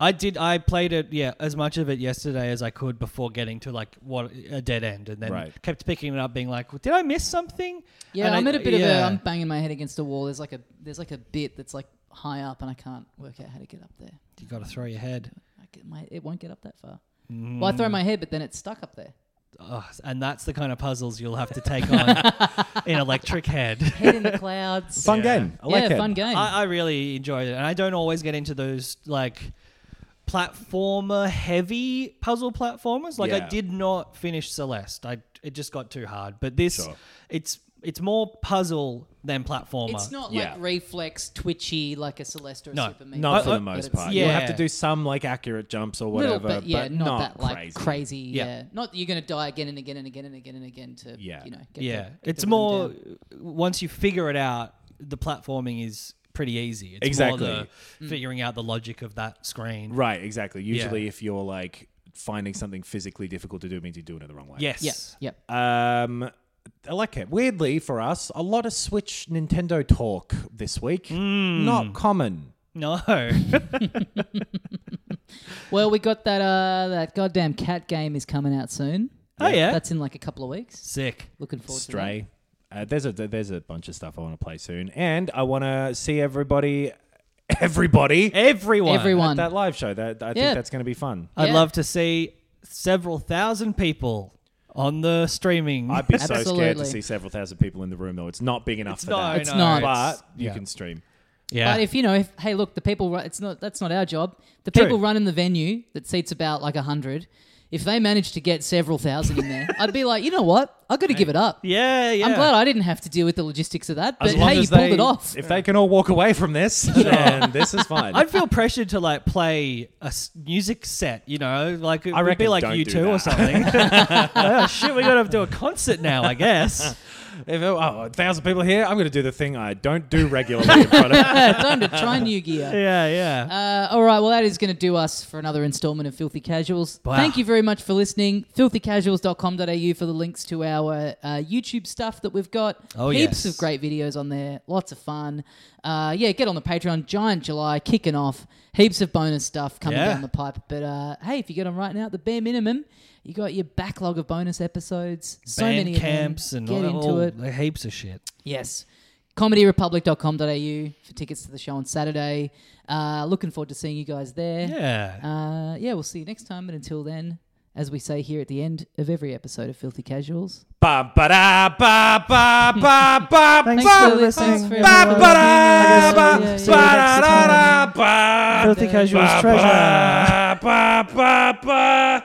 Speaker 3: I did. I played it. Yeah, as much of it yesterday as I could before getting to like what a dead end, and then
Speaker 4: Right.
Speaker 3: kept picking it up, being like, "Did I miss something?"
Speaker 2: Yeah,
Speaker 3: And
Speaker 2: I'm
Speaker 3: I-
Speaker 2: at a bit
Speaker 3: yeah.
Speaker 2: of a. I'm banging my head against a wall. There's like a. There's like a bit that's like high up, and I can't work out how to get up there.
Speaker 3: You got to throw your head,
Speaker 2: I get my. It won't get up that far. Well, I throw
Speaker 3: Mm.
Speaker 2: my head, but then it's stuck up there.
Speaker 3: Ugh, and that's the kind of puzzles you'll have to take on in Electric Head.
Speaker 2: Head in the clouds.
Speaker 4: Fun game. I like
Speaker 2: yeah,
Speaker 4: it.
Speaker 2: fun game.
Speaker 3: I, I really enjoyed it, and I don't always get into those like platformer heavy puzzle platformers. Like I
Speaker 4: Yeah.
Speaker 3: did not finish Celeste; I it just got too hard. But this,
Speaker 4: Sure.
Speaker 3: it's it's more puzzle than platformer.
Speaker 2: It's not
Speaker 4: Yeah.
Speaker 2: like reflex, twitchy, like a Celeste or a
Speaker 3: No,
Speaker 2: Super
Speaker 4: Not for
Speaker 3: I- I-
Speaker 4: the most
Speaker 2: but it's-
Speaker 4: part. You'll have to
Speaker 3: yeah.
Speaker 4: do some like accurate jumps or
Speaker 2: Little
Speaker 4: whatever,
Speaker 2: bit, yeah,
Speaker 4: but
Speaker 2: not, that like crazy. yeah.
Speaker 3: Yeah.
Speaker 2: not that you're going to die again and again and again and again and again to,
Speaker 4: Yeah.
Speaker 2: you know, get
Speaker 3: yeah,
Speaker 2: the- get
Speaker 3: it's
Speaker 2: the rhythm
Speaker 3: more
Speaker 2: down.
Speaker 3: once you figure it out, the platforming is pretty easy. It's
Speaker 4: Exactly.
Speaker 3: more
Speaker 2: Mm.
Speaker 3: the figuring out the logic of that screen.
Speaker 4: Right, exactly. Usually,
Speaker 3: Yeah.
Speaker 4: if you're like finding something physically difficult to do, it means you're doing it the wrong way.
Speaker 3: Yes.
Speaker 2: Yeah, yeah.
Speaker 4: Um, I like it. Weirdly for us, a lot of Switch Nintendo talk this week.
Speaker 3: Hmm.
Speaker 4: Not common.
Speaker 3: No.
Speaker 2: Well, we got that. Uh, that goddamn cat game is coming out soon.
Speaker 3: Oh, yeah.
Speaker 2: that's in like a couple of weeks.
Speaker 3: Sick.
Speaker 2: Looking forward to
Speaker 4: Stray. Uh, there's a there's a bunch of stuff I want to play soon, and I want to see everybody, everybody,
Speaker 3: Everyone.
Speaker 2: Everyone.
Speaker 4: at that live show. That I
Speaker 2: Yeah.
Speaker 4: think that's going to be fun.
Speaker 3: I'd
Speaker 2: Yeah.
Speaker 3: love to see several thousand people on the streaming.
Speaker 4: I'd be so scared
Speaker 2: Absolutely.
Speaker 4: to see several thousand people in the room, though. It's not big enough
Speaker 3: It's
Speaker 4: for
Speaker 3: not,
Speaker 4: that.
Speaker 2: It's not.
Speaker 4: But you
Speaker 3: Yeah.
Speaker 4: can stream.
Speaker 3: yeah.
Speaker 2: But if you know, if, hey, look, the people. ru- It's not. That's not our job. The
Speaker 3: True.
Speaker 2: people running the venue that seats about like a hundred. If they manage to get several thousand in there, I'd be like, you know what? I've got to give it up.
Speaker 3: yeah, yeah.
Speaker 2: I'm glad I didn't have to deal with the logistics of that, but
Speaker 4: As long
Speaker 2: hey, you
Speaker 4: as
Speaker 2: pulled
Speaker 4: they-
Speaker 2: it off.
Speaker 4: If they can all walk away from this, then this is fine.
Speaker 3: I'd feel pressured to like play a s- music set, you know, like it
Speaker 4: I
Speaker 3: would be
Speaker 4: reckon
Speaker 3: like
Speaker 4: don't
Speaker 3: you
Speaker 4: do
Speaker 3: two or
Speaker 4: that.
Speaker 3: something. oh, shit, we gotta do a concert now, I guess.
Speaker 4: If oh, a thousand people here, I'm going to do the thing I don't do regularly in front of.
Speaker 2: Time to try new gear.
Speaker 3: Yeah, yeah.
Speaker 2: Uh, all right, well, that is going to do us for another installment of Filthy Casuals.
Speaker 3: Wow.
Speaker 2: Thank you very much for listening. Filthycasuals.com.au for the links to our uh, YouTube stuff that we've got.
Speaker 3: Oh,
Speaker 2: Heaps
Speaker 3: yes.
Speaker 2: of great videos on there. Lots of fun. Uh, yeah, get on the Patreon. Giant July kicking off. Heaps of bonus stuff coming
Speaker 3: Yeah.
Speaker 2: down the pipe. But uh, hey, if you get on right now, at the bare minimum, you got your backlog of bonus episodes. So
Speaker 3: Band
Speaker 2: many of them.
Speaker 3: camps and
Speaker 2: get
Speaker 3: all,
Speaker 2: into it.
Speaker 3: heaps of shit.
Speaker 2: Yes. ComedyRepublic.com.au for tickets to the show on Saturday. Uh, looking forward to seeing you guys there.
Speaker 3: Yeah.
Speaker 2: Uh, yeah, we'll see you next time. And until then, as we say here at the end of every episode of Filthy Casuals,
Speaker 4: ba ba da ba ba ba ba
Speaker 2: thanks
Speaker 4: ba.
Speaker 2: for listening. Thanks for
Speaker 4: Ba ba
Speaker 2: everyone.
Speaker 4: da
Speaker 2: Yeah,
Speaker 4: ba
Speaker 2: yeah,
Speaker 4: ba
Speaker 2: yeah.
Speaker 4: da da ba.
Speaker 3: Filthy Casuals
Speaker 4: Ba,
Speaker 3: treasure.
Speaker 4: ba, ba ba ba.